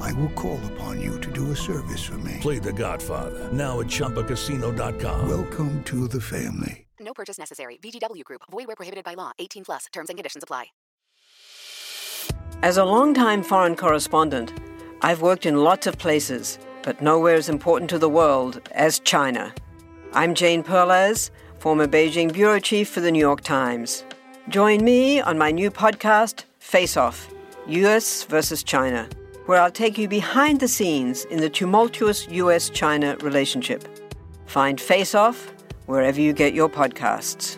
I will call upon you to do a service for me. Play The Godfather now at ChumbaCasino.com. Welcome to the family. No purchase necessary. VGW Group. Void where prohibited by law. 18 plus. Terms and conditions apply. As a longtime foreign correspondent, I've worked in lots of places, but nowhere as important to the world as China. I'm Jane Perlez, former Beijing bureau chief for the New York Times. Join me on my new podcast, Face Off US versus China, where I'll take you behind the scenes in the tumultuous US China relationship. Find Face Off wherever you get your podcasts.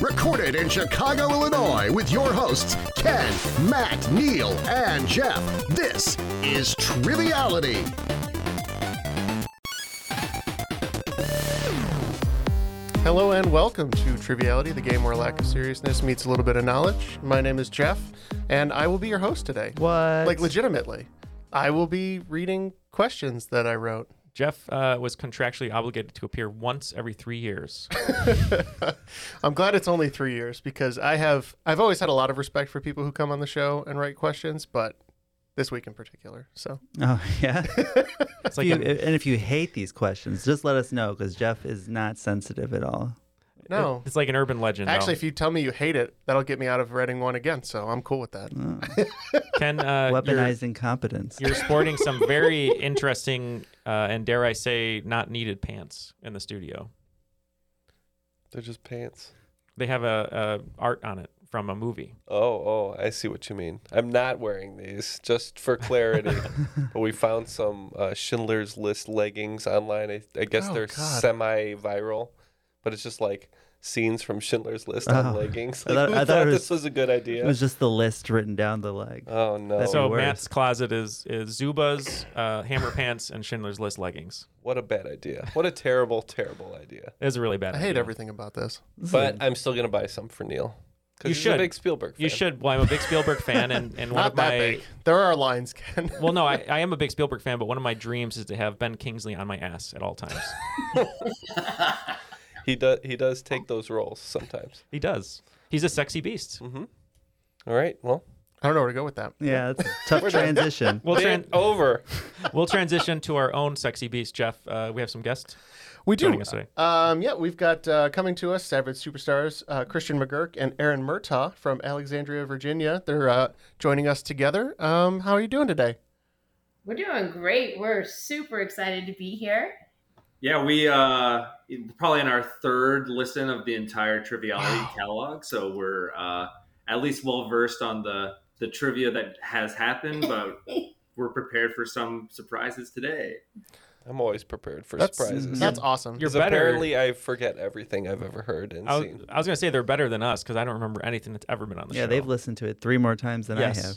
Recorded in Chicago, Illinois, with your hosts, Ken, Matt, Neil, and Jeff. This is Triviality. Hello and welcome to Triviality, the game where lack of seriousness meets a little bit of knowledge. My name is Jeff, and I will be your host today. What? Like, legitimately, I will be reading questions that I wrote. Jeff uh, was contractually obligated to appear once every three years. I'm glad it's only three years because I have I've always had a lot of respect for people who come on the show and write questions, but this week in particular. So Oh yeah. It's If like you- an- and if you hate these questions, just let us know because Jeff is not sensitive at all. no, it's like an urban legend. though. Oh. actually, if you tell me you hate it, that'll get me out of writing one again. So I'm cool with that. Ken, uh, you're, Weaponized incompetence. you're sporting some very interesting uh, and dare I say not needed pants in the studio. They're just pants. They have a, a art on it from a movie. Oh, oh, I see what you mean. I'm not wearing these, just for clarity. but we found some uh, Schindler's List leggings online. I, I guess Oh, they're God. semi-viral, but it's just like scenes from Schindler's List on Oh. leggings. I Like, thought- who I thought it thought was- this was a good idea. It was just the list written down the leg. oh no! That's So worse. Matt's closet is is Zuba's, uh, Hammer Pants, and Schindler's List leggings. what a bad idea! What a terrible, terrible idea. It's a really bad. I hate idea. everything about this. But I'm still gonna buy some for Neil. 'cause You he's should. a big Spielberg. You fan. should. Well, I'm a big Spielberg fan, and and one Not of that my. big. There are lines, Ken. Well, no, I, I am a big Spielberg fan, but one of my dreams is to have Ben Kingsley on my ass at all times. He does. He does take those roles sometimes. he does. He's a sexy beast. Mm-hmm. All right. Well, Oh. I don't know where to go with that. yeah, it's a tough transition. We'll, tran- band over. we'll transition to our own sexy beast, Jeff. Uh, we have some guests. We do. Joining us today. Um, yeah, we've got uh, coming to us Savage Superstars uh, Christian McGurk and Aaron Murtaugh from Alexandria, Virginia. They're uh, joining us together. Um, how are you doing today? We're doing great. We're super excited to be here. Yeah, we uh, probably on our third listen of the entire Triviality catalog, so we're uh, at least well versed on the the trivia that has happened, but we're prepared for some surprises today. I'm always prepared for That's surprises. that's Mm-hmm. awesome. You're 'Cause better. Apparently, I forget everything I've ever heard and I was, seen. I was gonna say they're better than us because I don't remember anything that's ever been on the Yeah, show. they've listened to it three more times than Yes. I have.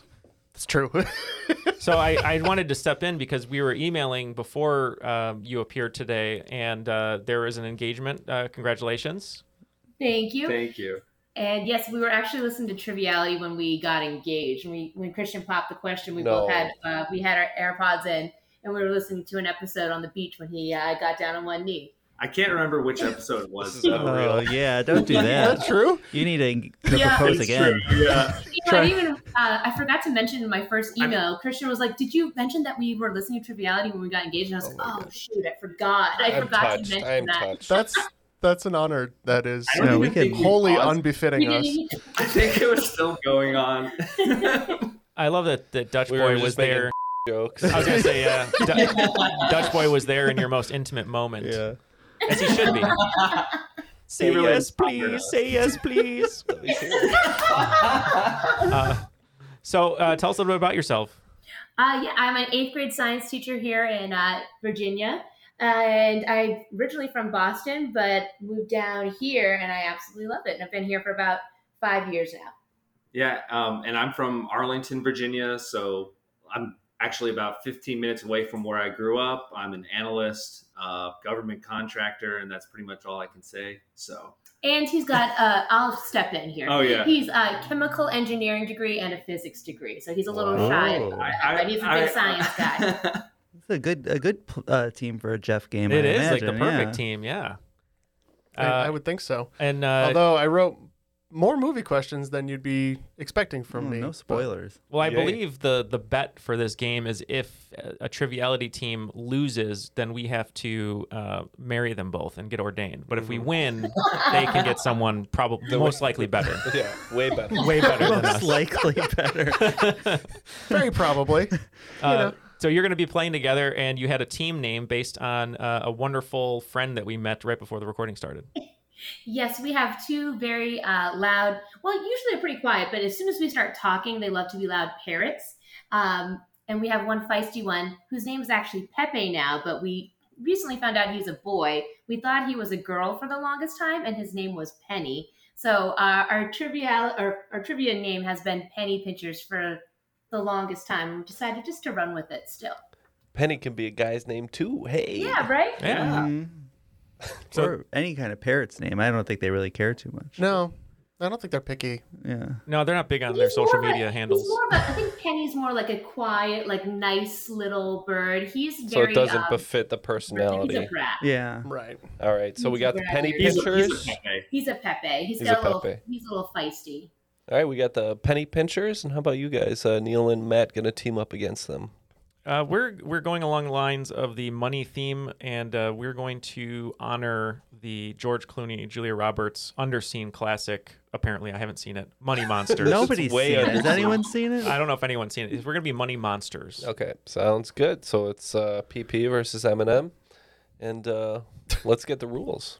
It's true. so I, I wanted to step in because we were emailing before um, you appeared today, and uh, there is an engagement. Uh, congratulations. Thank you. Thank you. and yes, we were actually listening to Triviality when we got engaged. When, we, when Christian popped the question, we No. both had uh, we had our AirPods in, and we were listening to an episode on the beach when he uh, got down on one knee. I can't remember which episode it was. This is though. Oh yeah, don't do that's that. true. You need to, to Yeah, propose It's again. true, Yeah. You know, I even uh, I forgot to mention in my first I'm- email. Christian was like, "Did you mention that we were listening to Triviality when we got engaged?" And I was Oh like, my "Oh God. shoot, I forgot. I I'm forgot touched. to mention I'm that." touched. That's that's an honor. That is I don't Yeah, even we can think we wholly paused. unbefitting We us. didn't even- I think it was still going on. I love that that Dutch We were boy just was making there. jokes. I was gonna say yeah. Du- Dutch boy was there in your most intimate moment, as he should be. Say He really yes, covered please. us. Say yes, please. Uh, so uh, tell us a little bit about yourself. Uh, yeah, I'm an eighth grade science teacher here in uh, Virginia. And I'm originally from Boston, but moved down here and I absolutely love it. And I've been here for about five years now. Yeah, um, and I'm from Arlington, Virginia, so I'm actually about 15 minutes away from where I grew up. I'm an analyst, uh, government contractor, and that's pretty much all I can say. So And he's got, uh, I'll step in here. Oh, yeah. He's a chemical engineering degree and a physics degree. So he's a little shy Whoa. about that, but he's a big Oh. I- I- science guy. It's a good a good uh, team for a Jeff game. It I is, like, the imagine, perfect yeah. team. Yeah. I, I would think so. And uh, Although I wrote more movie questions than you'd be expecting from me. No Hmm, spoilers. Well, I believe the the bet for this game is if a- a triviality team loses, then we have to uh, marry them both and get ordained. But if we win, they can get someone probably Mm-hmm. The most way- likely better. Yeah, way better. Way better than Most us. likely better. Very probably. Uh, so you're going to be playing together, and you had a team name based on uh, a wonderful friend that we met right before the recording started. Yes, we have two very uh, loud, well, usually they're pretty quiet, but as soon as we start talking, they love to be loud parrots. Um, and we have one feisty one whose name is actually Pepe now, but we recently found out he's a boy. We thought he was a girl for the longest time, and his name was Penny. So uh, our trivia or our trivia name has been Penny Pinchers for the longest time. and We decided just to run with it still. Penny can be a guy's name too. Hey. Yeah, right? Yeah. Mhm. or any kind of parrot's name. I don't think they really care too much. No, I don't think they're picky. Yeah. No, they're not big on their social more of a- media He's handles. more of a, I think Penny's more like a quiet, like nice little bird. He's So very it doesn't um, befit the personality. brat. Yeah. Right. All right. So we He's got a the brat. penny He's a- pinchers. He's a Pepe. He's He's got a a, little. Pepe. He's a little feisty. All right, we got the penny pinchers, and how about you guys? Uh, Neil and Matt gonna team up against them. Uh, we're we're going along the lines of the money theme, and uh, we're going to honor the George Clooney, Julia Roberts underseen classic. Apparently, I haven't seen it. Money Monsters. Nobody's It's way seen it. Has underseen. anyone seen it? I don't know if anyone's seen it. We're gonna be Money Monsters. Okay, sounds good. So it's uh, PP versus Eminem, and uh, let's get the rules.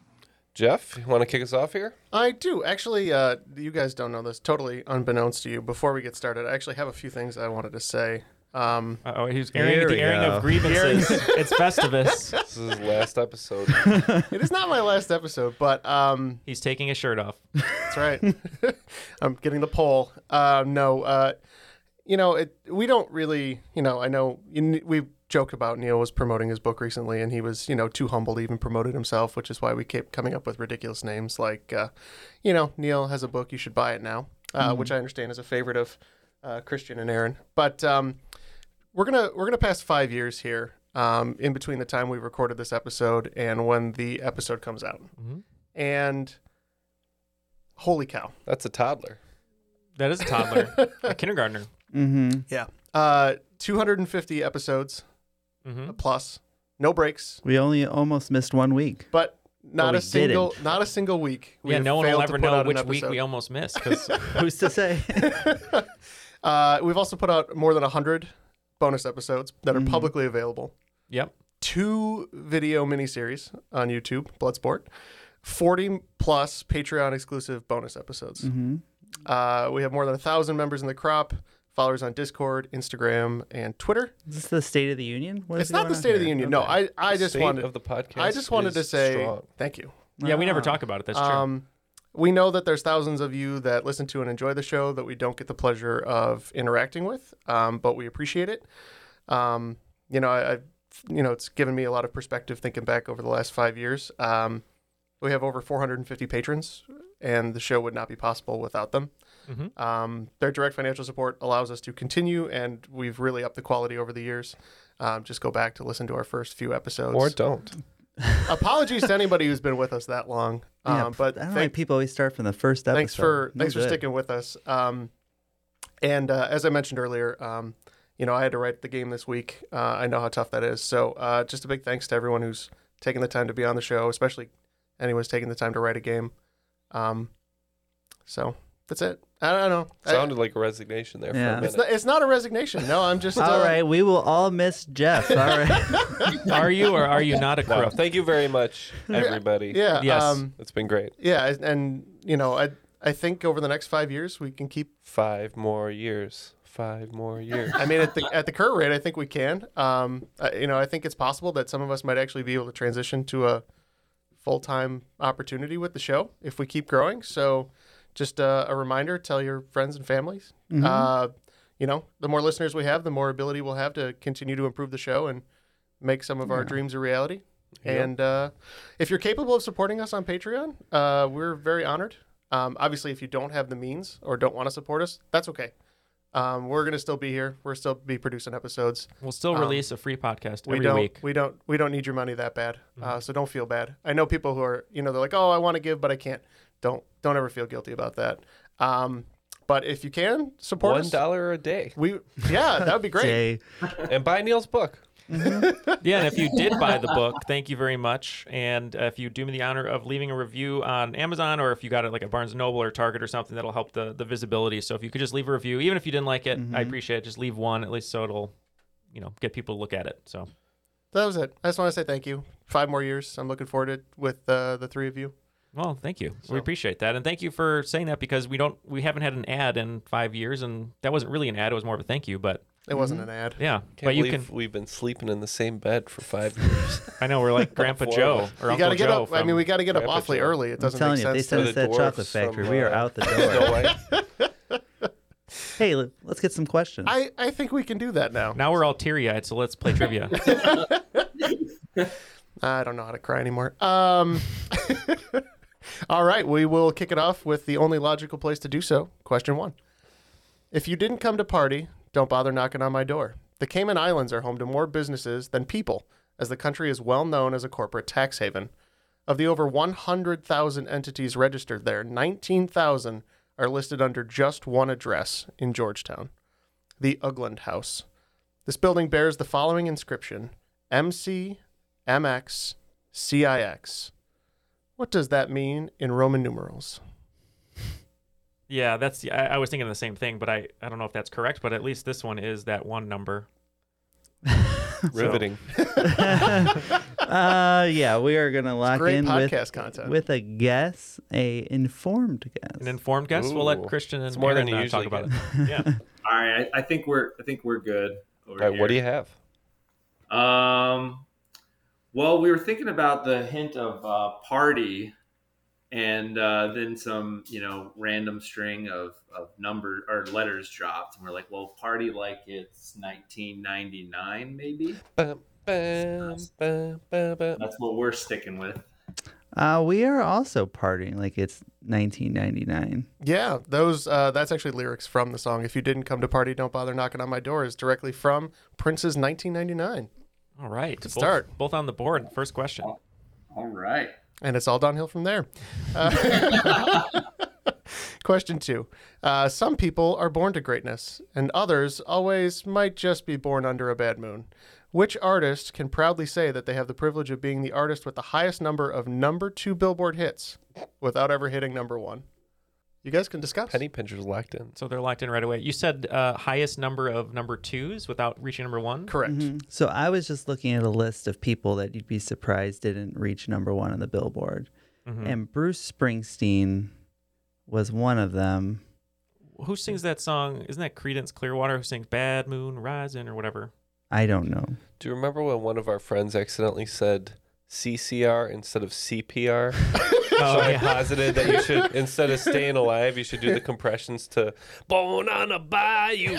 Jeff, you want to kick us off here? I do. Actually, uh, you guys don't know this. Totally unbeknownst to you, before we get started, I actually have a few things I wanted to say. Um, oh, he's airing- Here the we airing of go. grievances. It's Festivus. This is his last episode. it is not my last episode, but um, he's taking his shirt off. That's right. I'm getting the poll. Uh, no, uh, you know, it, we don't really, you know, I know you, we joked about Neil was promoting his book recently, and he was, you know, too humble to even promote it himself, which is why we kept coming up with ridiculous names like, uh, you know, Neil has a book, you should buy it now, uh, Mm-hmm. Mhm. which I understand is a favorite of uh, Christian and Aaron. But um, we're gonna we're gonna pass five years here. Um, in between the time we recorded this episode and when the episode comes out, Mhm. and holy cow, That's a toddler. That is a toddler, a kindergartner. Mm-hmm. Yeah. Uh, 250 episodes Mhm. plus, no breaks, We only almost missed one week. but not we a single, not a single week. We yeah, have no one will failed to ever put know out an which week episode. we almost missed because Who's to say? Uh, we've also put out more than 100 bonus episodes that are Mhm. publicly available. Yep. Two video miniseries on YouTube, Bloodsport. 40 plus Patreon exclusive bonus episodes. Mhm. Uh, we have more than a thousand members in the crop, followers on Discord, Instagram, and Twitter. Is this the State of the Union? What is it's not going the on State of the here? Union. No, Okay. I, I just state wanted of the podcast I just wanted to is say strong. thank you. yeah, we never Ah. talk about it. That's true. Um, we know that there's thousands of you that listen to and enjoy the show that we don't get the pleasure of interacting with, um, but we appreciate it. Um, you know, I, I, you know, it's given me a lot of perspective thinking back over the last five years. Um, we have over 450 patrons, and the show would not be possible without them. Mhm. Mm-hmm. Um, their direct financial support allows us to continue, and we've really upped the quality over the years. Um, just go back to listen to our first few episodes. Or don't. Apologies to anybody who's been with us that long. Um, Yeah, but I don't thank- like people always start from the first episode. thanks for No thanks for good. sticking with us. Um, and uh, as I mentioned earlier, um, you know I had to write the game this week. Uh, I know how tough that is. So uh, just a big thanks to everyone who's taking the time to be on the show, especially anyone who's taking the time to write a game. Um, so That's it. I don't know. I- Sounded like a resignation there for Yeah. a It's minute. it's, not, it's not a resignation. No, I'm just. All uh, right, we will all miss Jeff. All right. Are you or are you not a Wow. crook? Thank you very much, everybody. Yeah. Yes. Um, It's been great. yeah. and- And, you know, I, I think over the next five years, we can keep. Five more years. Five more years. I mean, at the, at the current rate, I think we can. Um, I, you know, I think it's possible that some of us might actually be able to transition to a full time opportunity with the show if we keep growing. So, just uh, a reminder: tell your friends and families. Uh, you know, the more listeners we have, the more ability we'll have to continue to improve the show and make some of our dreams a reality. And uh, if you're capable of supporting us on Patreon, uh, we're very honored. Um, obviously, if you don't have the means or don't want to support us, that's okay. Um, we're gonna still be here. We're still be producing episodes. We'll still Um, release a free podcast We every don't. week. Mm-hmm. We don't. We don't need your money that bad. Uh, so don't feel bad. I know people who are. You know, they're like, "Oh, I want to give, but I can't." Don't. Don't ever feel guilty about that. Um, but if you can support One us, dollar a day. we yeah, that would be great. Jay. And buy Neil's book. yeah, and if you did buy the book, thank you very much. And uh, if you do me the honor of leaving a review on Amazon, or if you got it like at Barnes and Noble or Target or something, that'll help the the visibility. So if you could just leave a review, even if you didn't like it, Mm-hmm. I appreciate it. Just leave one at least, so it'll you know get people to look at it. So That was it. I just want to say thank you. Five more years. I'm looking forward to it with uh, the three of you. well, thank you. So- We appreciate that, and thank you for saying that because we don't we haven't had an ad in five years, and that wasn't really an ad. It was more of a thank you, but It wasn't an ad. yeah, Can't but you believe can. we've been sleeping in the same bed for five years. I know we're like Grandpa Four of Joe us. or You Uncle gotta get Joe. up. I from- mean, we gotta get up Grandpa awfully Joe. early. It I'm doesn't telling make you, if they send sense. to- us the that dwarfs chocolate from, factory, we are uh, out the Snow door. White. hey, l- let's get some questions. I, I think we can do that now. now we're all teary eyed, so let's play trivia. I don't know how to cry anymore. Um, all right, we will kick it off with the only logical place to do so. Question one: If you didn't come to party, don't bother knocking on my door. The Cayman Islands are home to more businesses than people, as the country is well known as a corporate tax haven. Of the over 100,000 entities registered there, 19,000 are listed under just one address in Georgetown, the Ugland House. This building bears the following inscription MC MX CIX. What does that mean in Roman numerals? Yeah, that's the, I, I was thinking of the same thing, but I, I don't know if that's correct, but at least this one is that one number. Riveting. uh, yeah, we are gonna lock great in with, podcast content. with a guess, a informed guess. An informed guess. We'll Ooh. let Christian and It's more than Aaron, you uh, talk usually about get. it. Yeah. All right, I, I think we're I think we're good. Over All right, what do you have? you? Um, well, we were thinking about the hint of uh, party, and uh, then some you know random string of of number or letters dropped, and we're like, well, party like it's 1999, maybe. Bum, bum, bum, bum, bum. That's what we're sticking with. uh, we are also partying like it's 1999. Yeah, those uh, that's actually lyrics from the song. If you didn't come to party, don't bother knocking on my door is directly from Prince's 1999, All right. Good both- start. Both on the board. First question. All right. and it's all downhill from there. Uh, question two: uh, Some people are born to greatness, and others always might just be born under a bad moon. Which artist can proudly say that they have the privilege of being the artist with the highest number of number two Billboard hits without ever hitting number one? You guys can discuss. Penny Pinchers locked in. So they're locked in right away. You said uh, highest number of number twos without reaching number one. Correct. So I was just looking at a list of people that you'd be surprised didn't reach number one on the Billboard, Mm-hmm. and Bruce Springsteen was one of them. Who sings that song? Isn't that Credence Clearwater who sings Bad Moon Rising or whatever? I don't know. Do you remember when one of our friends accidentally said CCR instead of CPR? Oh, I yeah. posited that you should, instead of staying alive, you should do the compressions to Born on a Bayou.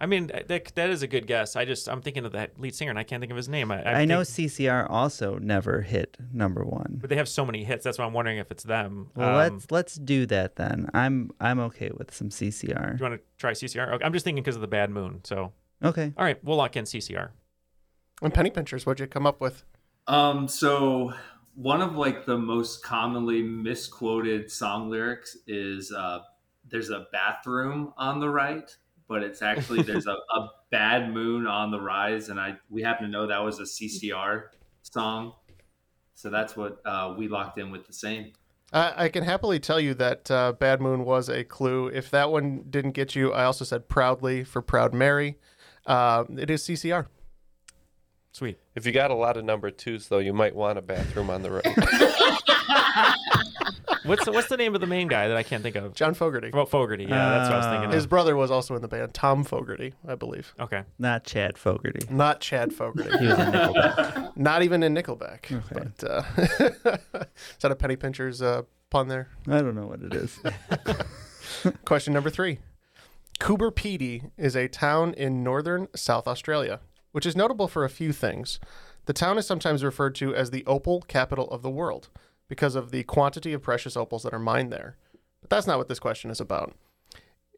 I mean, uh, that, that is a good guess. I just, I'm thinking of that lead singer and I can't think of his name. I, I I, know think- CCR also never hit number one. But they have so many hits. That's why I'm wondering if it's them. Well, Um, let's let's do that then. I'm I'm okay with some Do CCR. you want to try CCR? Okay, I'm just thinking because of the bad moon. So, Okay. all right, we'll lock in CCR. And penny pinchers, what'd you come up with? Um, so one of like the most commonly misquoted song lyrics is uh, "There's a bathroom on the right," but it's actually "There's a, a bad moon on the rise," and I we happen to know that was a CCR song, so that's what uh, we locked in with the same. I, I can happily tell you that uh, Bad Moon was a clue. If that one didn't get you, I also said proudly for Proud Mary. Uh, it is CCR. Sweet. If you got a lot of number twos, though, you might want a bathroom on the right. What's the, what's the name of the main guy that I can't think of? John Fogerty. Well, Fogerty. Yeah, that's what I was thinking. of. His brother was also in the band, Tom Fogerty, I believe. Okay. Not Chad Fogarty. Not Chad Fogerty. He was in Nickelback. Not even in Nickelback. Okay. But uh, is that a Penny Pincher's uh, pun there? I don't know what it is. Question number three. Coober Pedy is a town in northern South Australia, which is notable for a few things. The town is sometimes referred to as the opal capital of the world because of the quantity of precious opals that are mined there. But that's not what this question is about.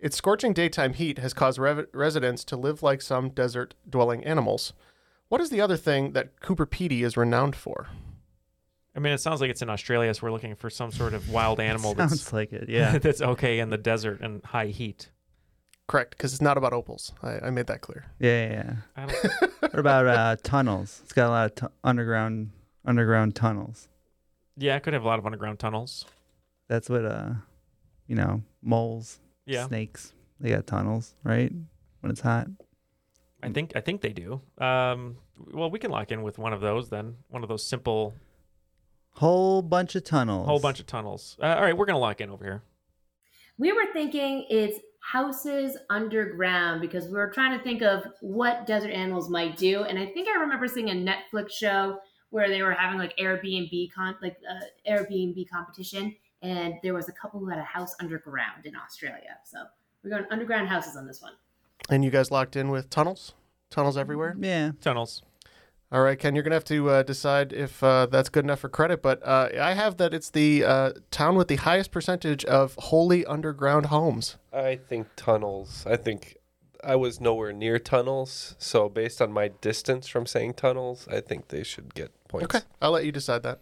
Its scorching daytime heat has caused rev- residents to live like some desert dwelling animals. What is the other thing that Cooper Pedy is renowned for? I mean, it sounds like it's in Australia, so we're looking for some sort of wild animal Sounds that's like it. Yeah. that's okay in the desert and high heat. Correct, because it's not about opals. I, I made that clear. Yeah. yeah, yeah. I don't, What about uh, tunnels? It's got a lot of tu- underground underground tunnels. yeah, it could have a lot of underground tunnels. That's what uh, you know, moles, Yeah, snakes. They got tunnels, right? When it's hot. I Mm. think I think they do. Um, well, we can lock in with one of those then. One of those simple Whole bunch of tunnels. whole bunch of tunnels. Uh, all right, we're gonna lock in over here. We were thinking it's houses underground because we were trying to think of what desert animals might do. And I think I remember seeing a Netflix show where they were having like Airbnb con like uh, Airbnb competition, and there was a couple who had a house underground in Australia. So we're going underground houses on this one. And you guys locked in with tunnels? Tunnels everywhere? Mm, Yeah. Tunnels. All right, Ken, you're going to have to uh, decide if uh, that's good enough for credit, but uh, I have that it's the uh, town with the highest percentage of wholly underground homes. I think tunnels. I think I was nowhere near tunnels, so based on my distance from saying tunnels, I think they should get points. Okay, I'll let you decide that.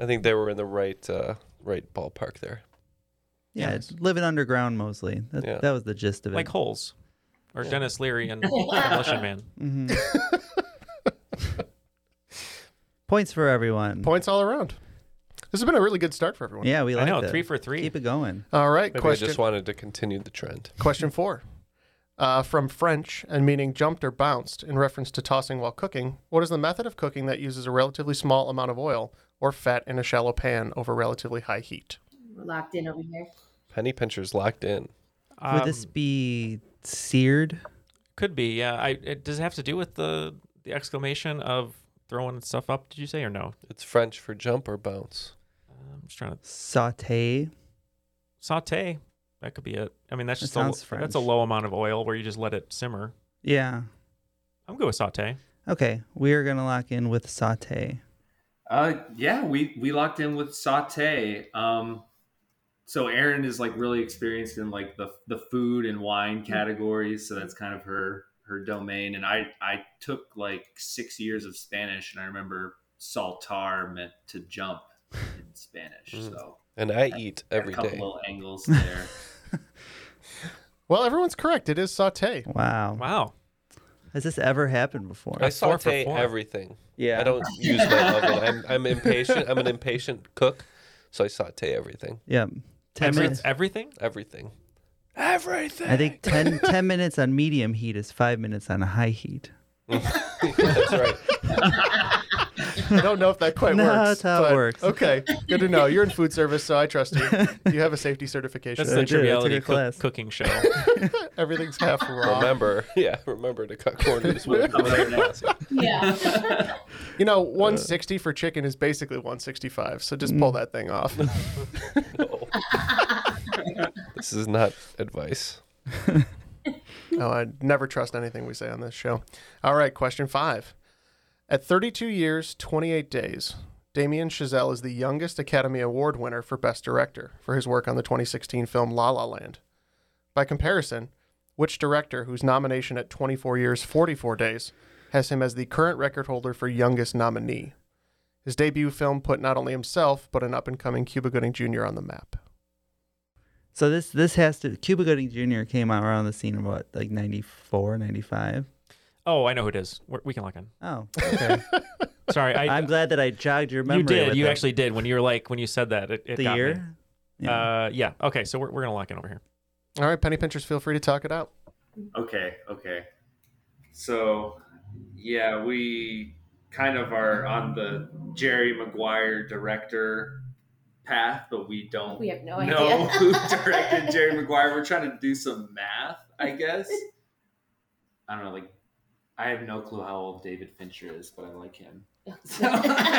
I think they were in the right uh, right ballpark there. Yeah, Yes. living underground mostly. That, Yeah. that was the gist of it. Like holes. Or Dennis Leary and Demolition Man. Mhm. Points for everyone. Points all around. This has been a really good start for everyone. Yeah, we I like know, that. three for three. Keep it going. All right, Maybe question I just wanted to continue the trend. question four. Uh, from French and meaning jumped or bounced in reference to tossing while cooking, what is the method of cooking that uses a relatively small amount of oil or fat in a shallow pan over relatively high heat? We're locked in over here. Penny pinchers locked in. Would this Um, be seared? Could be. Yeah. I, it, does it have to do with the, the exclamation of throwing stuff up? Did you say or no? It's French for jump or bounce. I'm just trying to Saute? saute. That could be it. I mean, that's That just a, l- sounds that's a French. low amount of oil where you just let it simmer. Yeah. I'm good with saute. Okay, we are gonna lock in with saute. Uh, yeah, we we locked in with saute. Um, so Erin is like really experienced in like the the food and Hmm. wine categories, so that's kind of her her domain. And I I took like six years of Spanish, and I remember saltar meant to jump in Spanish. Mm. So And I eat got every a couple day. little angles there. Well, everyone's correct. It is saute. Wow. Wow. Has this ever happened before? I That's four for saute four. everything. Yeah. I don't use my oven. I'm, I'm impatient. I'm an impatient cook, so I saute everything. Yeah. Ten Every- minutes. everything? Everything. Everything. I think 10, 10 minutes on medium heat is five minutes on high heat. that's right. I don't know if that quite No, works. that's how it but- works. Okay, good to know. You're in food service, so I trust you. You have a safety certification. That's I the did. I took a triviality cook- class. cooking show. Everything's half raw. Remember, yeah, remember to cut corners when possible. Yeah. You know, Uh, 160 for chicken is basically 165, so just Mm. pull that thing off. No. This is not advice. No, Oh, I never trust anything we say on this show. All right, question five. At 32 years, 28 days, Damien Chazelle is the youngest Academy Award winner for Best Director for his work on the 2016 film La La Land. By comparison, which director, whose nomination at 24 years, 44 days, has him as the current record holder for youngest nominee? His debut film put not only himself, but an up and coming Cuba Gooding Jr. on the map. So this this has to Cuba Gooding Jr. came out around the scene of what, like 94, 95? Oh, I know who it is. We're, we can lock in. Oh, okay. Sorry, I, am glad that I jogged your memory. you did. with You it. actually did when you were like when you said that. It, it The got me. year? Uh, yeah. Okay, so we're we're gonna lock in over here. All right, penny pinchers, feel free to talk it out. Okay, okay. So, yeah, we kind of are on the Jerry Maguire director path, but we don't We have no know idea. who directed Jerry Maguire. We're trying to do some math, I guess. I don't know, like I have no clue how old David Fincher is, but I like him.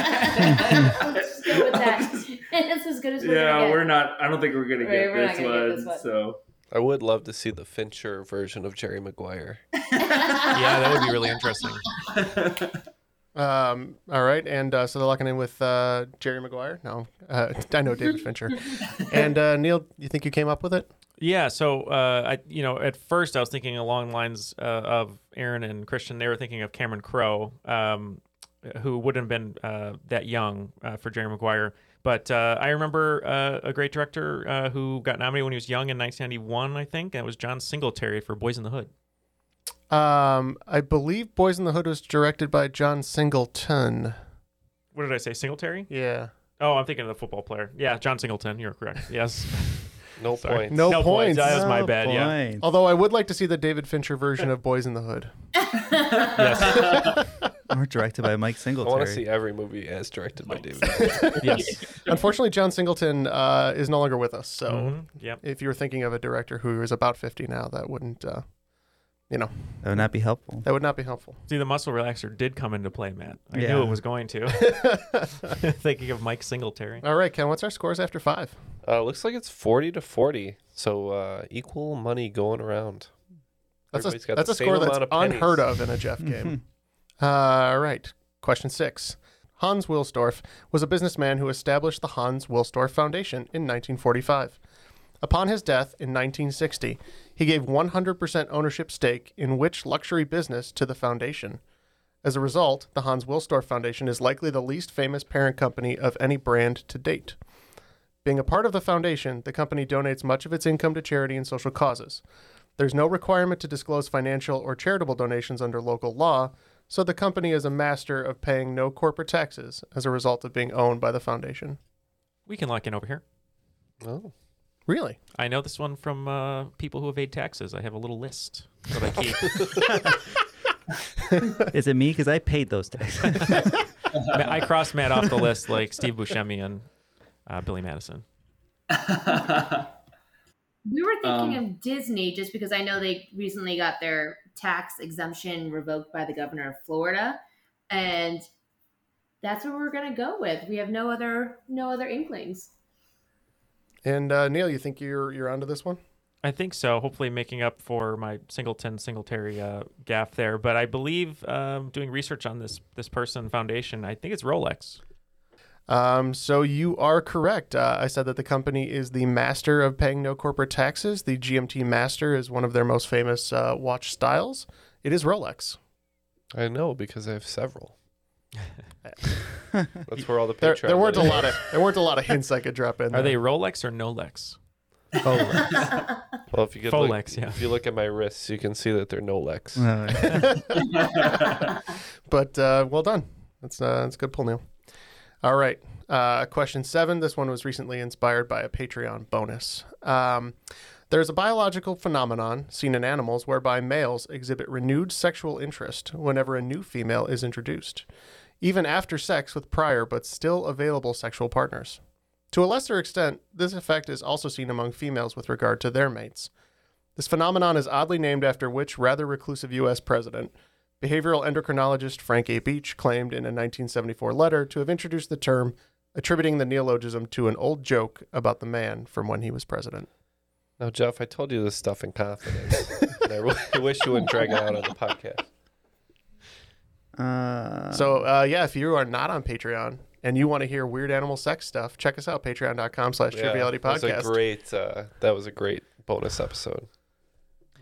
Let's just go with that. it's as good as we're yeah, gonna get. we're not. I don't think we're gonna Right, get, we're not this, gonna one, get this one. So I would love to see the Fincher version of Jerry Maguire. Yeah, that would be really interesting. Um, all right, and uh, so they're locking in with uh, Jerry Maguire. No, uh, I know David Fincher. and uh, Neil, you think you came up with it? Yeah, so uh, I, you know, at first I was thinking along lines uh, of Aaron and Christian. They were thinking of Cameron Crowe, um, who wouldn't have been uh, that young uh, for Jerry Maguire. But uh, I remember uh, a great director uh, who got nominated when he was young in 1991, I think. That was John Singletary for Boys in the Hood. Um, I believe Boys in the Hood was directed by John Singleton. What did I say? Singletary? Yeah. Oh, I'm thinking of the football player. Yeah, John Singleton. You're correct. Yes. No Sorry. points. No, points. points. That was my bad. Yeah. Fine. Although I would like to see the David Fincher version of Boys in the Hood. Yes. Or directed by Mike I want to Singletary. see every movie as directed by David. Fincher. yes. Unfortunately, John Singleton uh, is no longer with us. So Mhm. Yep. if you were thinking of a director who is about 50 now, that wouldn't, uh, you know, That would not be helpful. that would not be helpful. See, the muscle relaxer did come into play, Matt. I Yeah. knew it was going to. Thinking of Mike Singletary. All right, Ken, what's our scores after five? Uh, looks like it's forty to forty, so uh, equal money going around. That's Everybody's a, got that's the a same score that's amount of pennies. unheard of in a Mm-hmm. Jeff game. Uh, All right. Question six. Hans Wilsdorf was a businessman who established the Hans Wilsdorf Foundation in 1945. Upon his death in 1960, he gave 100% ownership stake in which luxury business to the foundation. As a result, the Hans Wilsdorf Foundation is likely the least famous parent company of any brand to date. Being a part of the foundation, the company donates much of its income to charity and social causes. There's no requirement to disclose financial or charitable donations under local law, so the company is a master of paying no corporate taxes as a result of being owned by the foundation. We can lock in over here. Oh, Really? I know this one from uh, people who evade taxes. I have a little list that I keep. Is it me? Because I paid those taxes. Ma- I cross Matt off the list like Steve Buscemi and uh, Billy Madison. We were thinking Um, of Disney just because I know they recently got their tax exemption revoked by the governor of Florida, and that's what we're gonna go with. We have no other no other inklings. And uh, Neil, you think you're you're onto this one? I think so. Hopefully, making up for my Singleton Singletary uh, gaff there. But I believe um, doing research on this this person foundation. I think it's Rolex. Um, so you are correct. Uh, I said that the company is the master of paying no corporate taxes. The GMT Master is one of their most famous uh, watch styles. It is Rolex. I know because I have several. That's where all the There, Patreon. there weren't a money- lot of there weren't a lot of hints I could drop in. Are they there. Rolex or Nolex? Well, if you could look- Folex, yeah. If you look at my wrists, you can see that they're no Lex. Uh, Oh, But uh, well done. That's uh, that's a good pull, Neil. All right. Uh, question seven. This one was recently inspired by a Patreon bonus. Um, there's a biological phenomenon seen in animals whereby males exhibit renewed sexual interest whenever a new female is introduced, even after sex with prior but still available sexual partners. To a lesser extent, this effect is also seen among females with regard to their mates. This phenomenon is oddly named after which rather reclusive U.S. president? Behavioral endocrinologist Frank A. Beach claimed in a 1974 letter to have introduced the term, attributing the neologism to an old joke about the man from when he was president. Now, Jeff, I told you this stuff in confidence. and I really wish you wouldn't drag it out on the podcast. uh, so, uh, yeah, if you are not on Patreon and you want to hear weird animal sex stuff, check us out, patreon.com slash triviality that was a podcast. great. Uh, that was a great bonus episode.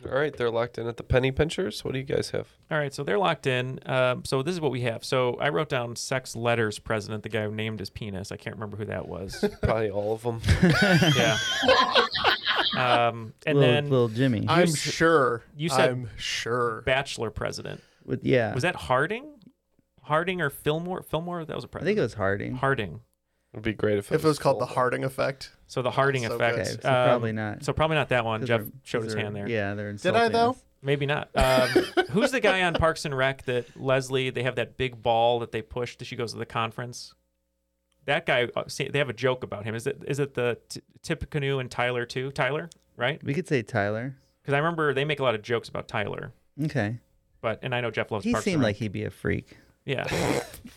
All right, they're locked in at the penny pinchers. What do you guys have? All right, so they're locked in. Um, so this is what we have. So I wrote down sex letters president, the guy who named his penis. I can't remember who that was. Probably all of them. yeah. Um, and little, then little Jimmy. I'm s- sure. you said- I'm sure. bachelor president. With, yeah. Was that Harding? Harding or Fillmore? Fillmore? That was a president. think it was Harding. Harding. It'd be great If it was called the Harding effect. So the Harding So effect. Um, good. Okay, so probably not. So probably not that one. 'Cause Jeff they're- showed 'cause his they're- hand there. Yeah, they're Did I insulting though? us. Maybe not. Um, who's the guy on Parks and Rec that Leslie? They have that big ball that they push that she goes to the conference. That guy. uh, See, they have a joke about him. Is it is it the t- Tippecanoe and Tyler too? Tyler, right? We could say Tyler. Because I remember they make a lot of jokes about Tyler. Okay. But and I know Jeff loves. He Parks seemed and Rec. like he'd be a freak. Yeah.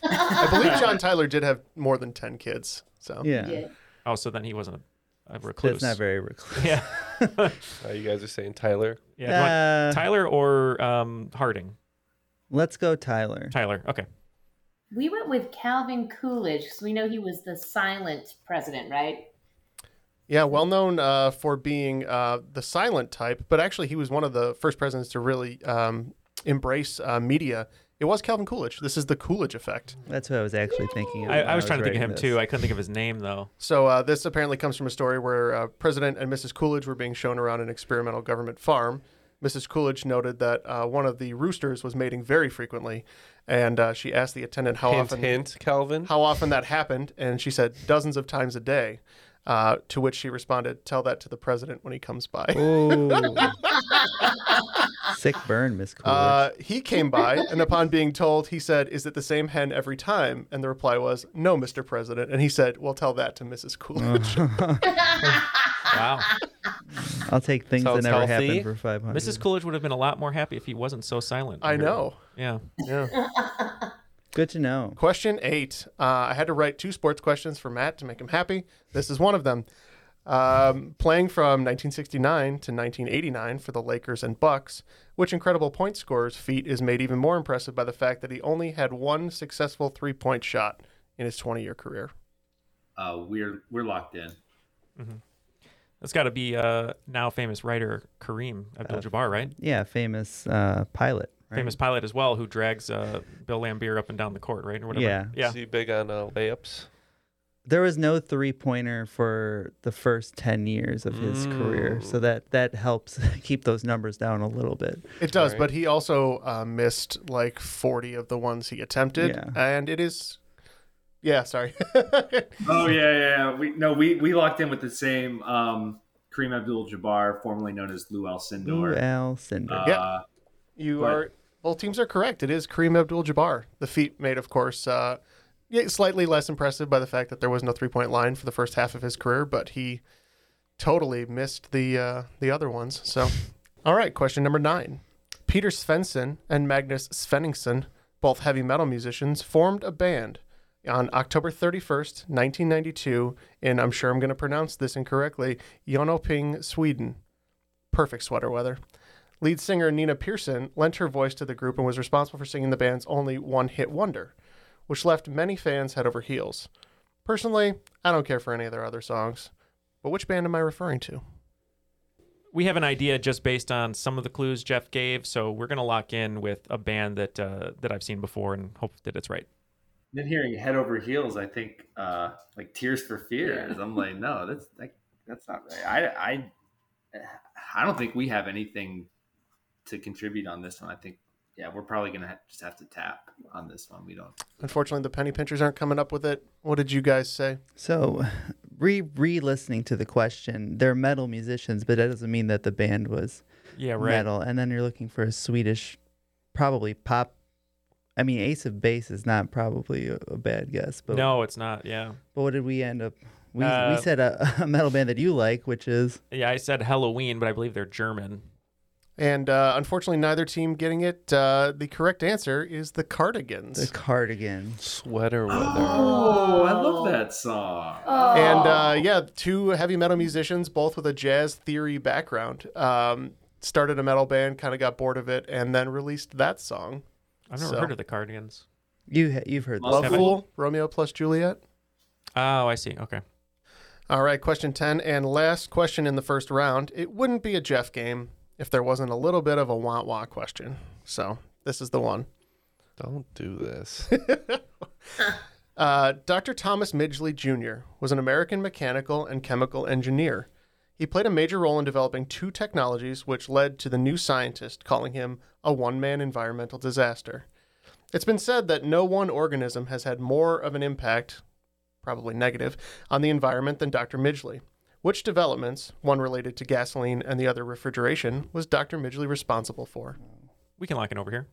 I believe John Tyler did have more than ten kids. So Yeah. oh, so then he wasn't a, a recluse. That's not very recluse. Yeah. yeah. Uh, you guys are saying Tyler. do you want Uh, Tyler or um, Harding. Let's go Tyler. Tyler. Okay. We went with Calvin Coolidge because we know he was the silent president, right? Yeah, well known uh, for being uh, the silent type, but actually he was one of the first presidents to really um, embrace uh, media. It was Calvin Coolidge. This is the Coolidge effect. That's what I was actually thinking of. I, when I was trying to think of Oh, him writing too. this. I couldn't think of his name though. So uh, this apparently comes from a story where uh, President and Mrs. Coolidge were being shown around an experimental government farm. Mrs. Coolidge noted that uh, one of the roosters was mating very frequently, and uh, she asked the attendant how hint, often hint, Calvin. how often that happened, and she said dozens of times a day. Uh, to which she responded, "Tell that to the president when he comes by." Ooh. Sick burn, Miss Coolidge. Uh, he came by, and upon being told, he said, "Is it the same hen every time?" And the reply was, "No, Mr. President." And he said, "Well, tell that to Mrs. Coolidge." Wow. I'll take things that sounds never healthy. happened for 500. Mrs. Coolidge would have been a lot more happy if he wasn't so silent. I know. Yeah. Yeah. Good to know. Question eight. Uh, I had to write two sports questions for Matt to make him happy. This is one of them. Um, playing from 1969 to 1989 for the Lakers and Bucks, which incredible point scorer's feat is made even more impressive by the fact that he only had one successful three-point shot in his 20-year career. Uh, we're we're locked in. That's got to be uh, now famous writer Kareem Abdul-Jabbar, right? Yeah, famous uh, pilot. Uh, Right? Famous pilot as well, who drags uh, Bill Lambier up and down the court, right, or whatever. Yeah. Yeah. Is he big on uh, layups? There was no three pointer for the first 10 years of his career. Mm. So that, that helps keep those numbers down a little bit. It does, but he also uh, missed like 40 of the ones he attempted. Yeah. And it is. Yeah, sorry. Oh yeah, yeah, yeah. We no, we we locked in with the same um, Kareem Abdul-Jabbar, formerly known as Lou Lou Alcindor. Al Cinder. Uh, Yeah. you But- are. Both teams are correct. It is Kareem Abdul Jabbar. The feat made, of course, uh, yeah, slightly less impressive by the fact that there was no three point line for the first half of his career, but he totally missed the, uh, the other ones. So, all right, question number nine. Peter Svensson and Magnus Svenningsen, both heavy metal musicians, formed a band on October 31st, 1992, in I'm sure I'm going to pronounce this incorrectly, Jönköping, Sweden. Perfect sweater weather. Lead singer Nina Pearson lent her voice to the group and was responsible for singing the band's only one hit wonder, which left many fans head over heels. Personally, I don't care for any of their other songs, but which band am I referring to? We have an idea just based on some of the clues Jeff gave, so we're gonna lock in with a band that uh, that I've seen before and hope that it's right. Then hearing head over heels, I think uh, like Tears for Fears. I'm like, no, that's that, that's not right. I I I don't think we have anything to contribute on this one. I think yeah, we're probably gonna have, just have to tap on this one. We don't. Unfortunately, the Penny Pinchers aren't coming up with it. What did you guys say? So, re re listening to the question, they're metal musicians, but that doesn't mean that the band was Yeah. Right. metal. And then you're looking for a Swedish, probably pop. I mean, Ace of Base is not probably a, a bad guess, but No, it's not. Yeah. But what did we end up? We, Uh, we said a, a metal band that you like, which is Yeah. I said Halloween, but I believe they're German. And uh, unfortunately, neither team getting it. Uh, the correct answer is the the Cardigans. Cardigans. Sweater weather. Oh, I love that song. And uh, yeah, two heavy metal musicians, both with a jazz theory background, um, started a metal band, kind of got bored of it, and then released that song. I've never So- heard of the Cardigans. You ha- you've heard Love Love Have I? Fool, Romeo plus Juliet. Oh, I see. Okay. All right, question 10 and last question in the first round. It wouldn't be a Jeff game if there wasn't a little bit of a want wah question. So this is the one. Don't do this. Uh, Dr. Thomas Midgley Jr. was an American mechanical and chemical engineer. He played a major role in developing two technologies which led to the new scientist calling him a one man environmental disaster. It's been said that no one organism has had more of an impact, probably negative, on the environment than Dr. Midgley. Which developments, one related to gasoline and the other refrigeration, was Dr. Midgley responsible for? We can lock in over here.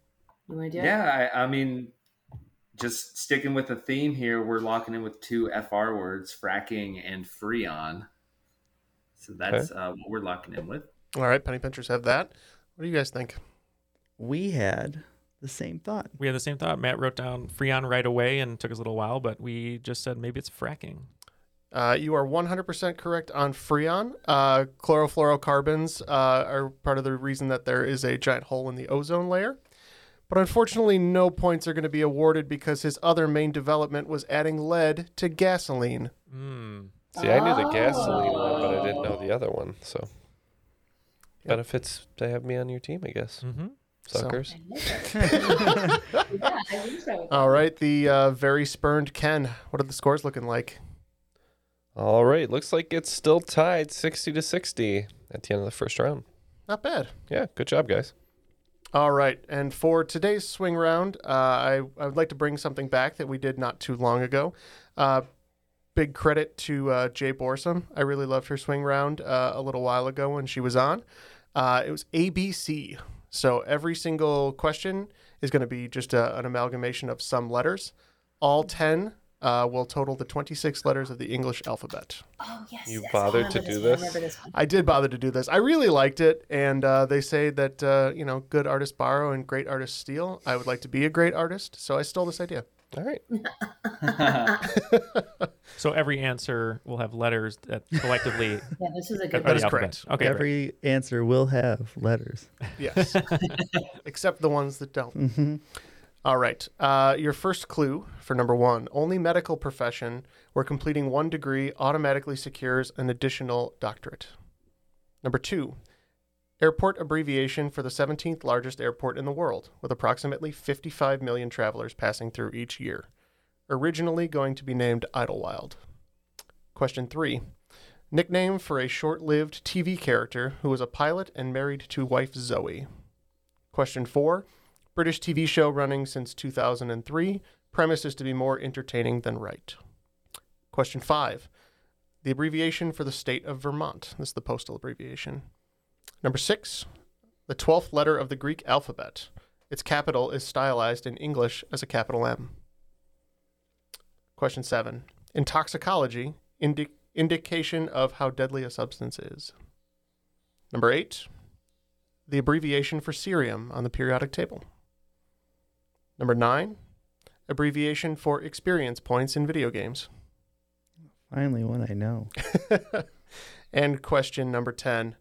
You want to do it? Yeah, I, I mean, just sticking with the theme here, we're locking in with two FR words, fracking and freon. So that's uh, what we're locking in with. All right, penny pinchers have that. What do you guys think? We had the same thought. We had the same thought. Matt wrote down Freon right away and took us a little while, but we just said maybe it's fracking. Uh, you are 100% correct on Freon. Uh, chlorofluorocarbons uh, are part of the reason that there is a giant hole in the ozone layer. But unfortunately, no points are going to be awarded because his other main development was adding lead to gasoline. Hmm. See, I knew the gasoline one, but I didn't know the other one. So benefits to have me on your team, I guess. Mm-hmm. Suckers. yeah, I think so. All right, the uh, very spurned Ken. What are the scores looking like? All right, looks like it's still tied, sixty to sixty, at the end of the first round. Not bad. Yeah, good job, guys. All right, and for today's swing round, uh, I, I would like to bring something back that we did not too long ago. Uh, big credit to uh, Jay Borsum. I really loved her swing round uh, a little while ago when she was on. Uh, it was ABC. So every single question is going to be just a, an amalgamation of some letters. All 10 uh, will total the 26 letters of the English alphabet. Oh yes. You yes, I bothered to remember do one, I this? remember this one. I did bother to do this. I really liked it, and uh, they say that uh, you know, good artists borrow and great artists steal. I would like to be a great artist, so I stole this idea. All right. So every answer will have letters that collectively Yeah, this is a are good the one. is alphabet. correct. Okay. great. Every answer will have letters. Yes, except the ones that don't. Mm-hmm. All right. Uh, your first clue for number one only medical profession where completing one degree automatically secures an additional doctorate. Number two, airport abbreviation for the 17th largest airport in the world, with approximately 55 million travelers passing through each year. Originally going to be named Idlewild. Question three, nickname for a short lived TV character who was a pilot and married to wife Zoe. Question four British TV show running since 2003. Premise is to be more entertaining than right. Question five The abbreviation for the state of Vermont. This is the postal abbreviation. Number six The 12th letter of the Greek alphabet. Its capital is stylized in English as a capital M. Question seven In toxicology, indi- indication of how deadly a substance is. Number eight the abbreviation for cerium on the periodic table. Number nine, abbreviation for experience points in video games. Finally, one I know. and question number 10,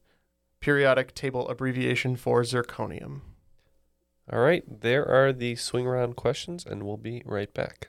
periodic table abbreviation for zirconium. All right, there are the swing round questions, and we'll be right back.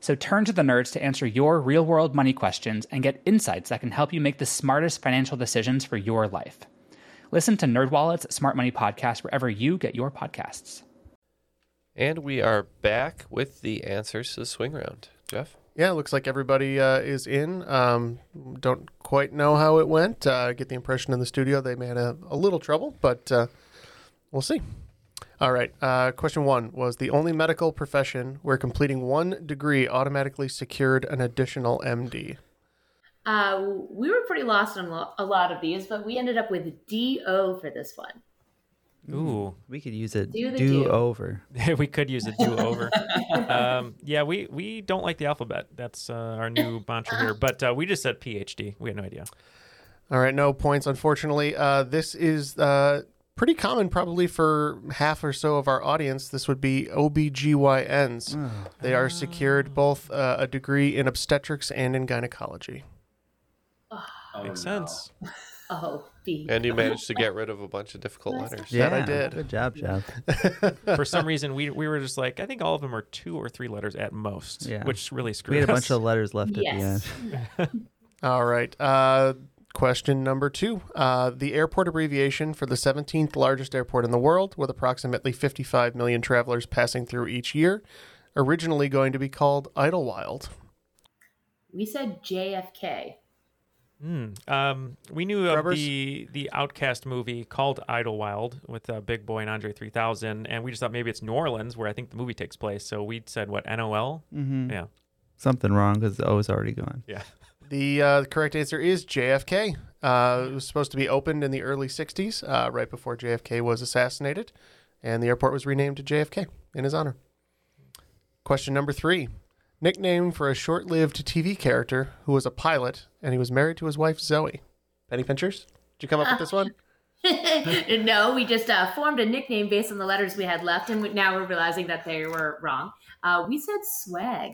So turn to the nerds to answer your real world money questions and get insights that can help you make the smartest financial decisions for your life. Listen to NerdWallet's Smart Money Podcast wherever you get your podcasts. And we are back with the answers to the swing round. Jeff? yeah, looks like everybody uh, is in. Um, don't quite know how it went. Uh, get the impression in the studio they may had a, a little trouble, but uh, we'll see. All right. Uh, question one was the only medical profession where completing one degree automatically secured an additional MD. Uh, we were pretty lost on lo- a lot of these, but we ended up with DO for this one. Ooh, we could use a do, Do the do. over. we could use a do over. um, yeah, we, we don't like the alphabet. That's uh, our new mantra here. But uh, we just said PhD. We had no idea. All right, no points, unfortunately. Uh, this is uh, pretty common, probably for half or so of our audience. This would be OBGYNs. They are secured both uh, a degree in obstetrics and in gynecology. Makes sense. Oh, B. And you managed to get rid of a bunch of difficult letters. That I did. Good job, Jeff. For some reason, we, we were just like, I think all of them are two or three letters at most, Yeah. which really screwed We had a us. bunch of letters left Yes. at the end. All right. Uh, question number two. Uh, the airport abbreviation for the 17th largest airport in the world, with approximately 55 million travelers passing through each year, originally going to be called Idlewild. We said JFK. Hmm. Mm. Um, we knew of Rubbers? the the Outcast movie called Idlewild with uh, Big Boy and Andre 3000, and we just thought maybe it's New Orleans where I think the movie takes place. So we said what NOL? Mhm. Yeah, Something wrong because the O is already gone. yeah. The uh, correct answer is JFK. Uh, it was supposed to be opened in the early 60s, uh, right before JFK was assassinated, and the airport was renamed to JFK in his honor. Question number three Nickname for a short lived TV character who was a pilot and he was married to his wife, Zoe. Penny Pinchers? Did you come up with this one? no, we just uh, formed a nickname based on the letters we had left, and we- now we're realizing that they were wrong. Uh, we said swag.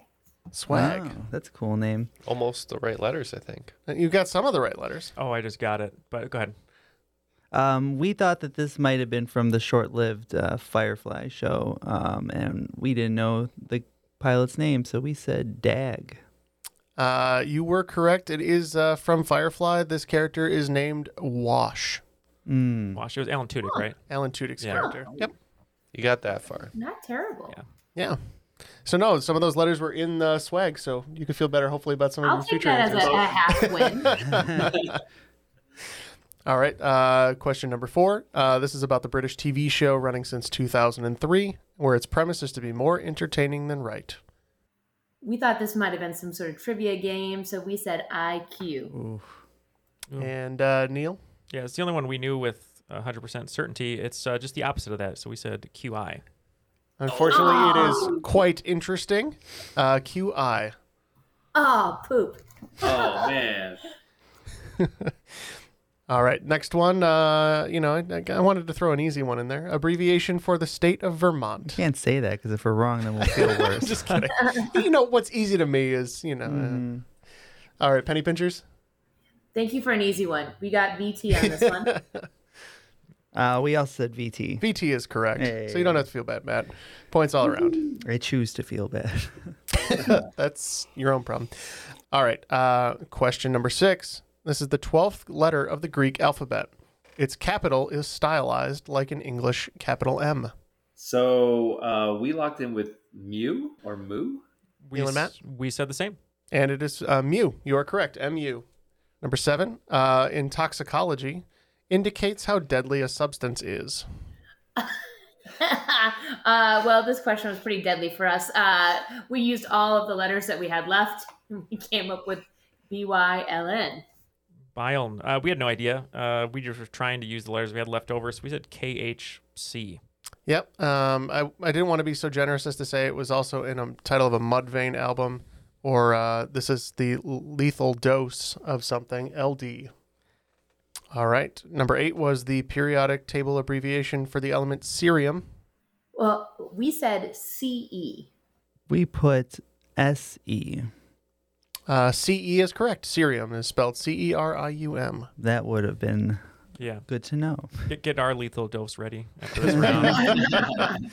Swag. Wow, that's a cool name. Almost the right letters, I think. Uh, You got some of the right letters. Oh, I just got it. But go ahead. Um, we thought that this might have been from the short-lived uh, Firefly show, um, and we didn't know the pilot's name, so we said Dag. Uh, you were correct. It is uh, from Firefly. This character is named Wash. Mm. Wash. It was Alan Tudyk, right? Alan Tudyk's Yeah. character. Yep. You got that far. Not terrible. Yeah. So no, some of those letters were in the swag, so you could feel better hopefully about some of I'll your take future that as answers. a, a half win. All right. Uh, question number four. Uh, this is about the British TV show running since 2003, where its premise is to be more entertaining than right. we thought this might have been some sort of trivia game, so we said IQ. And uh, Neil, Yeah, it's the only one we knew with 100% certainty. It's uh, just the opposite of that. So we said QI. unfortunately, it is quite interesting. Uh, QI. Oh, poop. Oh man. All right. Next one. Uh, you know, I, I wanted to throw an easy one in there. Abbreviation for the state of Vermont. Can't say that because if we're wrong, then we'll feel worse. Just kidding. you know what's easy to me is you know. uh, Mm. all right, penny pinchers. Thank you for an easy one. We got VT on this one. Uh, we all said VT. VT is correct, so you Hey. don't have to feel bad, Matt. Points all around. I choose to feel bad. That's your own problem. All right. Uh, question number six. This is the twelfth letter of the Greek alphabet. Its capital is stylized like an English capital M. So uh, we locked in with Mew or Moo. We, Neil and s- we said the same. And it is uh, mu. You are correct. Mu. Number seven, uh, in toxicology, indicates how deadly a substance is. uh, well, this question was pretty deadly for us. Uh, we used all of the letters that we had left, and we came up with BYLN. Bile. Uh, we had no idea. Uh, we just were trying to use the letters we had left over. So we said KHC. Yep. Um, I, I didn't want to be so generous as to say it was also in a title of a Mudvayne album, or uh, this is the lethal dose of something, LD. All right. Number eight was the periodic table abbreviation for the element cerium. Well, we said E. CE. we put E. SE. Uh, CE is correct. Cerium is spelled C E R I U M. That would have been Yeah. good to know. Get, get our lethal dose ready after this round.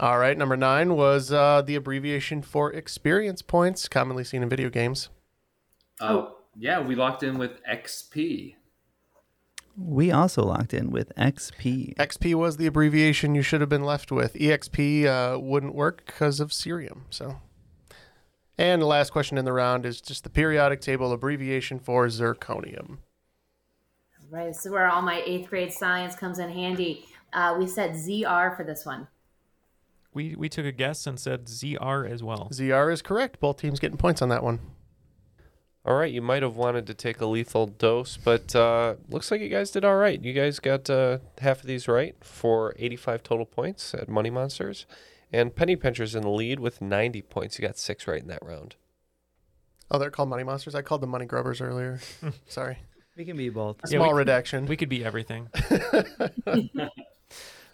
All right. Number nine was uh, the abbreviation for experience points, commonly seen in video games. Uh, Yeah, we locked in with XP. We also locked in with XP. XP was the abbreviation E you should have been left with. EXP uh, wouldn't work because of cerium. So, And the last question in the round is just the periodic table abbreviation for zirconium. Right, this is where all my eighth grade science comes in handy. Uh, we said ZR for this one. We we took a guess and said ZR as well. ZR is correct. Both teams getting points on that one. All right, you might have wanted to take a lethal dose, but uh, looks like you guys did all right. You guys got uh, half of these right for 85 total points at Money Monsters, and Penny Pincher's in the lead with 90 points. You got six right in that round. Oh, they're called money monsters. I called them money grubbers earlier. Sorry. We can be both. A small redaction. we could be everything.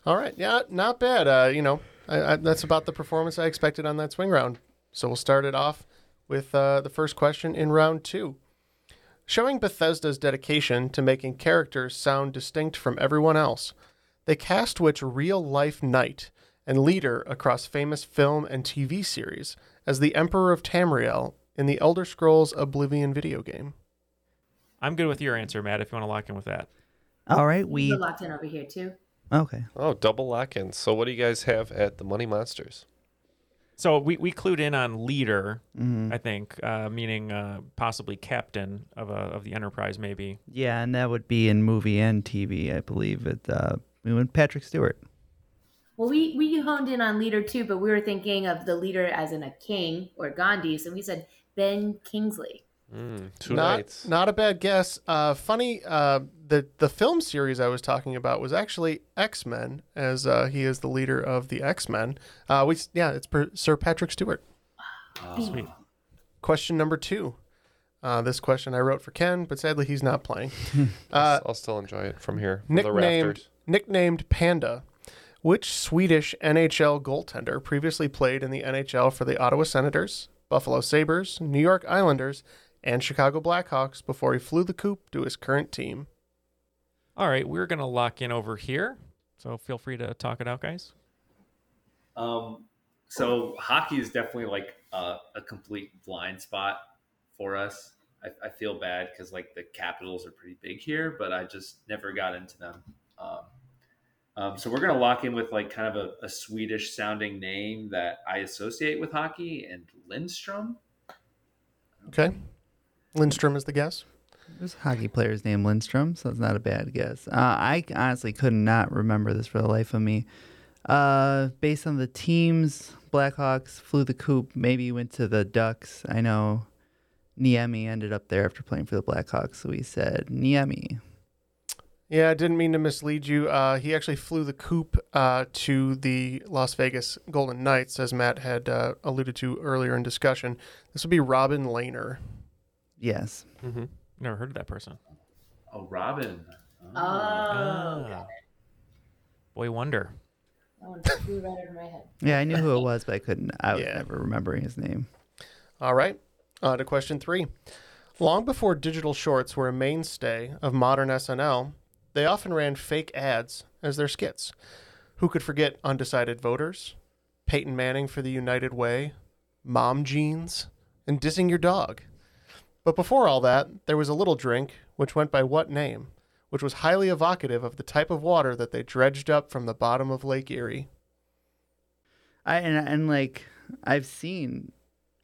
All right. Yeah, not bad. Uh, you know, I, I, that's about the performance I expected on that swing round. So we'll start it off with uh, the first question in round two. Showing Bethesda's dedication to making characters sound distinct from everyone else, they cast which real life knight and leader across famous film and TV series as the Emperor of Tamriel in the Elder Scrolls Oblivion video game? I'm good with your answer, Matt. If you want to lock in with that. All right, we We're locked in over here too. Okay. Oh, double lock in. So, what do you guys have at the Money Monsters? So we, we clued in on leader, Mhm. I think, uh, meaning uh, possibly captain of a, of the Enterprise, maybe. yeah, and that would be in movie and TV, I believe. It uh, we went Patrick Stewart. Well, we we honed in on leader too, but we were thinking of the leader as in a king or Gandhi, so we said Ben Kingsley. Hmm, two not, nights. Not a bad guess. Uh, funny, uh, the the film series I was talking about was actually X Men, as uh, he is the leader of the X Men. Uh, we s- yeah, it's per, Sir Patrick Stewart. Sweet. Question number two. Uh, this question I wrote for Ken, but sadly he's not playing. uh, I'll still enjoy it from here. from the nicknamed rafters. nicknamed Panda. Which Swedish NHL goaltender previously played in the NHL for the Ottawa Senators, Buffalo Sabres, New York Islanders, and Chicago Blackhawks before he flew the coop to his current team? All right, we're gonna lock in over here. So feel free to talk it out, guys. Um, so hockey is definitely like a, a complete blind spot for us. I, I feel bad because like the Capitals are pretty big here, but I just never got into them. Um, um, so we're gonna lock in with like kind of a, a Swedish sounding name that I associate with hockey and Lindstrom. Okay. Lindstrom is the guess. There's a hockey player's named Lindstrom, so it's not a bad guess. Uh, I honestly could not remember this for the life of me. Uh, based on the teams, Blackhawks flew the coop, maybe went to the Ducks. I know Niemi ended up there after playing for the Blackhawks, so we said Niemi. Yeah, I didn't mean to mislead you. Uh, he actually flew the coop uh, to the Las Vegas Golden Knights, as Matt had uh, alluded to earlier in discussion. This would be Robin Lehner. Yes. Mm-hmm. Never heard of that person. Oh, Robin. Oh, Ah. got it. Boy Wonder. That one flew right over my head. Yeah, I knew who it was, but I couldn't. I was never remembering his name. All right. On to question three. Long before digital shorts were a mainstay of modern SNL, they often ran fake ads as their skits. Who could forget undecided voters, Peyton Manning for the United Way, mom jeans, and dissing your dog? But before all that, there was a little drink which went by what name, which was highly evocative of the type of water that they dredged up from the bottom of Lake Erie. I and, and like I've seen,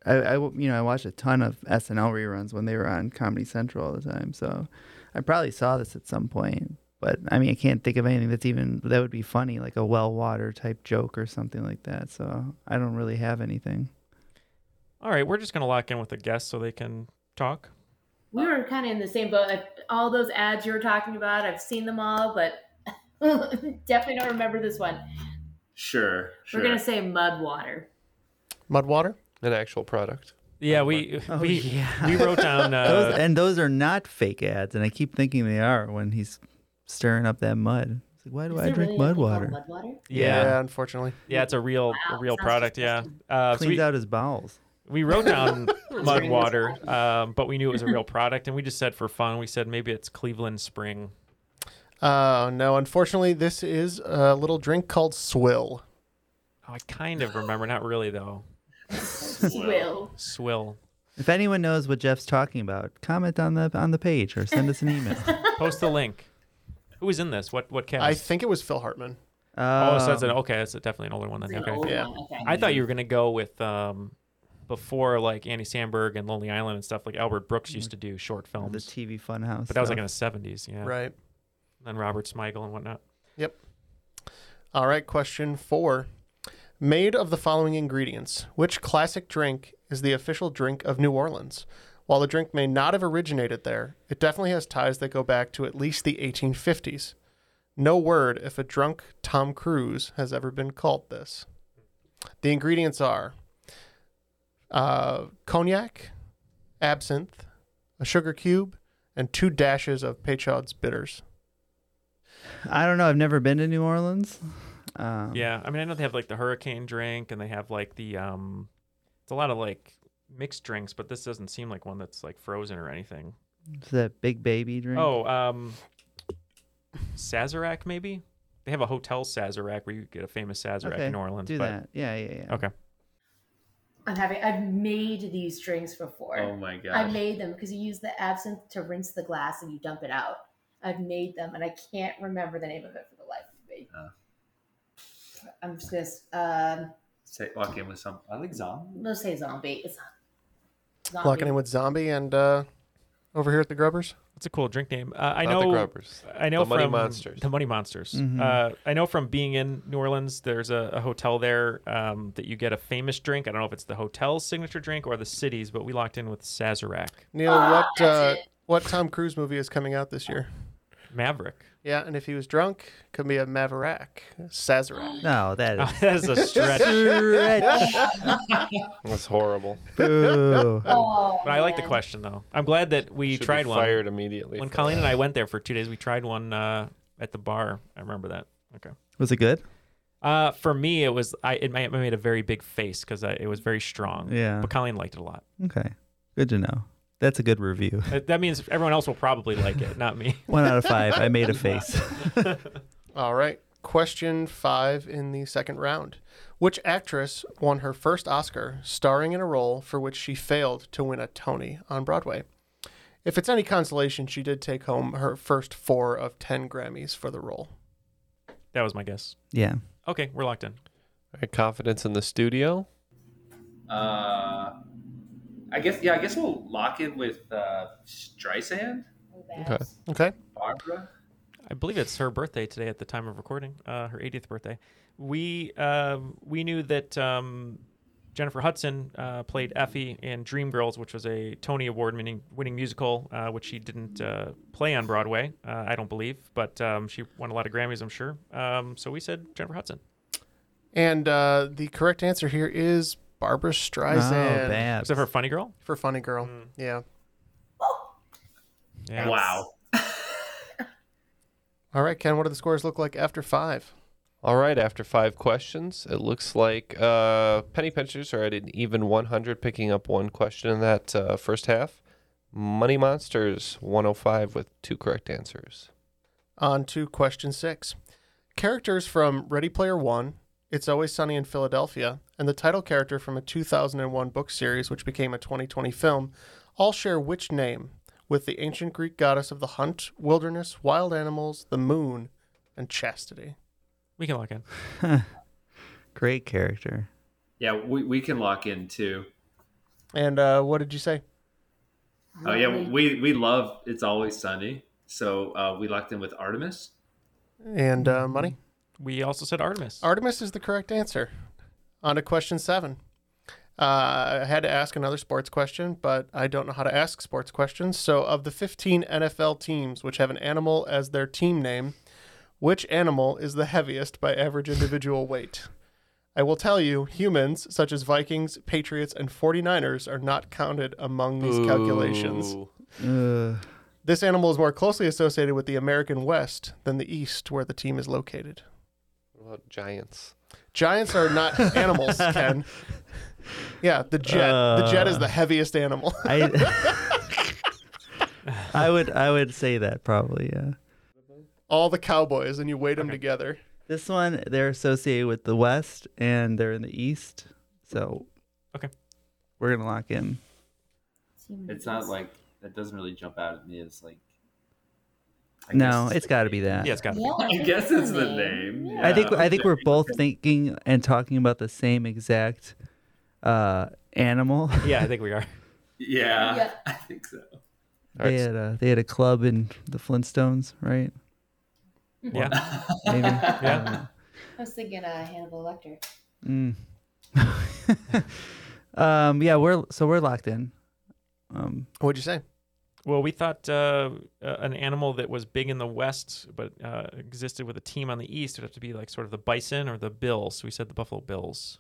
I, I you know I watched a ton of SNL reruns when they were on Comedy Central all the time, so I probably saw this at some point. But I mean, I can't think of anything that's even that would be funny, like a well water type joke or something like that. So I don't really have anything. All right, we're just gonna lock in with a guest so they can talk. We were kind of in the same boat. I, all those ads you were talking about, I've seen them all, but definitely don't remember this one. Sure, sure. We're gonna say mud water. Mud water? An actual product. Yeah, we Oh, we, yeah. we wrote down. Uh, Those- and those are not fake ads, and I keep thinking they are when he's stirring up that mud. It's like, why do Is I there drink really a mud thing called water? mud water? Yeah. Yeah, unfortunately. Yeah, it's a real a real product. Yeah, uh, so Cleans we, out his bowels. we wrote down mud Spring water, um, but we knew it was a real product, and we just said for fun, we said maybe it's Cleveland Spring. Uh, no, unfortunately, this is a little drink called swill. Oh, I kind of remember, not really though. Swill. Swill. If anyone knows what Jeff's talking about, comment on the on the page or send us an email. Post the link. Who was in this? What what cast? I think it was Phil Hartman. Um, oh, so that's an okay. That's definitely an older one then. It's an Okay. old Yeah. one, okay. I thought you were gonna go with um, before like Andy Samberg and Lonely Island and stuff like Albert Brooks used to do short films. Mm. The TV Funhouse. But that was like in stuff. the seventies, yeah. Right. And Robert Smigel and whatnot. Yep. All right, question four. Made of the following ingredients, which classic drink is the official drink of New Orleans? While the drink may not have originated there, it definitely has ties that go back to at least the 1850s. No word if a drunk Tom Cruise has ever been called this. The ingredients are uh, cognac, absinthe, a sugar cube, and two dashes of Peychaud's bitters. I don't know. I've never been to New Orleans. Um, yeah. I mean I know they have like the hurricane drink and they have like the um it's a lot of like mixed drinks, but this doesn't seem like one that's like frozen or anything. It's that big baby drink. Oh, um, Sazerac maybe? They have a hotel Sazerac where you get a famous Sazerac Okay, in New Orleans. do but- that. Yeah, yeah, yeah. Okay. I'm having. I've made these drinks before. Oh my gosh. I made them because you use the absinthe to rinse the glass and you dump it out. I've made them and I can't remember the name of it for the life of me. I'm just gonna um, Say, walk in with some. I like zombie. let's say zombie. It's not zombie. Locking in with Zombie and uh, over here at the Grubbers. It's a cool drink name. Uh, I Not know the Grubbers. I know The Money from- Monsters. The Money Monsters. Mm-hmm. Mhm. Uh, I know from being in New Orleans. There's a, a hotel there um, that you get a famous drink. I don't know if it's the hotel's signature drink or the city's, but we locked in with Sazerac. Neil, what uh, what Tom Cruise movie is coming out this year? Maverick. Yeah, and if he was drunk, could be a Maverack, Sazerac. No, that is- that is a stretch. That's horrible. Boo. but I like the question though. I'm glad that we Should be tried one. fired immediately When for Colleen and that. I went there for two days, we tried one uh, at the bar. I remember that. Okay. Was it good? Uh, for me, it was I. It ma- it made a very big face because it was very strong. Yeah. But Colleen liked it a lot. Okay. Good to know. That's a good review. That that means everyone else will probably like it, not me. One out of five. I made a face. All right, question five in the second round. Which actress won her first Oscar starring in a role for which she failed to win a Tony on Broadway? If it's any consolation, she did take home her first four of ten Grammys for the role. That was my guess. Yeah. Okay, we're locked in. All right, confidence in the studio. Uh, I guess yeah. I guess we'll lock in with uh, Streisand, Okay. Okay. Barbara. I believe it's her birthday today at the time of recording, uh, her 80th birthday. We um we knew that um, Jennifer Hudson uh, played Effie in Dreamgirls, which was a Tony Award winning, winning musical, uh, which she didn't uh, play on Broadway, uh, I don't believe, but um, she won a lot of Grammys, I'm sure. Um, so we said Jennifer Hudson. And uh, the correct answer here is Barbara Streisand. Babs. Except for Funny Girl. Hmm. For Funny Girl. Yeah. Yeah. Wow. All right, Ken, what do the scores look like after five? All right, after five questions, it looks like uh, Penny Pinchers are at an even 100, picking up one question in that uh, first half. Money Monsters 105 with two correct answers. On to question six. Characters from Ready Player One, It's Always Sunny in Philadelphia, and the title character from a 2001 book series, which became a 2020 film, all share which name with the ancient Greek goddess of the hunt, wilderness, wild animals, the moon, and chastity? We can lock in. Great character. Yeah, we, we can lock in too. And uh, what did you say? Oh yeah, we we love it's always sunny. So uh, we locked in with Artemis. And uh, money? Mm-hmm. We also said Artemis. Artemis is the correct answer. On to question seven. Uh, I had to ask another sports question, but I don't know how to ask sports questions. So, of the 15 NFL teams which have an animal as their team name, which animal is the heaviest by average individual weight? I will tell you, humans such as Vikings, Patriots, and 49ers are not counted among these calculations. Ooh. Uh, This animal is more closely associated with the American West than the East, where the team is located. What about Giants? Giants are not animals, Ken. Yeah, the jet. the jet is the heaviest animal. I, I would I would say that probably, yeah. All the cowboys, and you weight them together. This one, they're associated with the West and they're in the East. So Okay. We're gonna lock in. It's not like that doesn't really jump out at me as like. no, it's gotta be that. I guess it's the name. I think yeah. I think we're both thinking and talking about the same exact uh, animal. Yeah, I think we are. Yeah, I think so. They had a they had a club in the Flintstones, right? Yeah. Maybe. Yeah. Mm-hmm. I was thinking uh, Hannibal Lecter. Mm. um, yeah, we're so we're locked in. Um, What'd you say? Well, we thought uh, uh, an animal that was big in the West but uh, existed with a team on the East would have to be like sort of the bison or the bill. So we said the Buffalo Bills.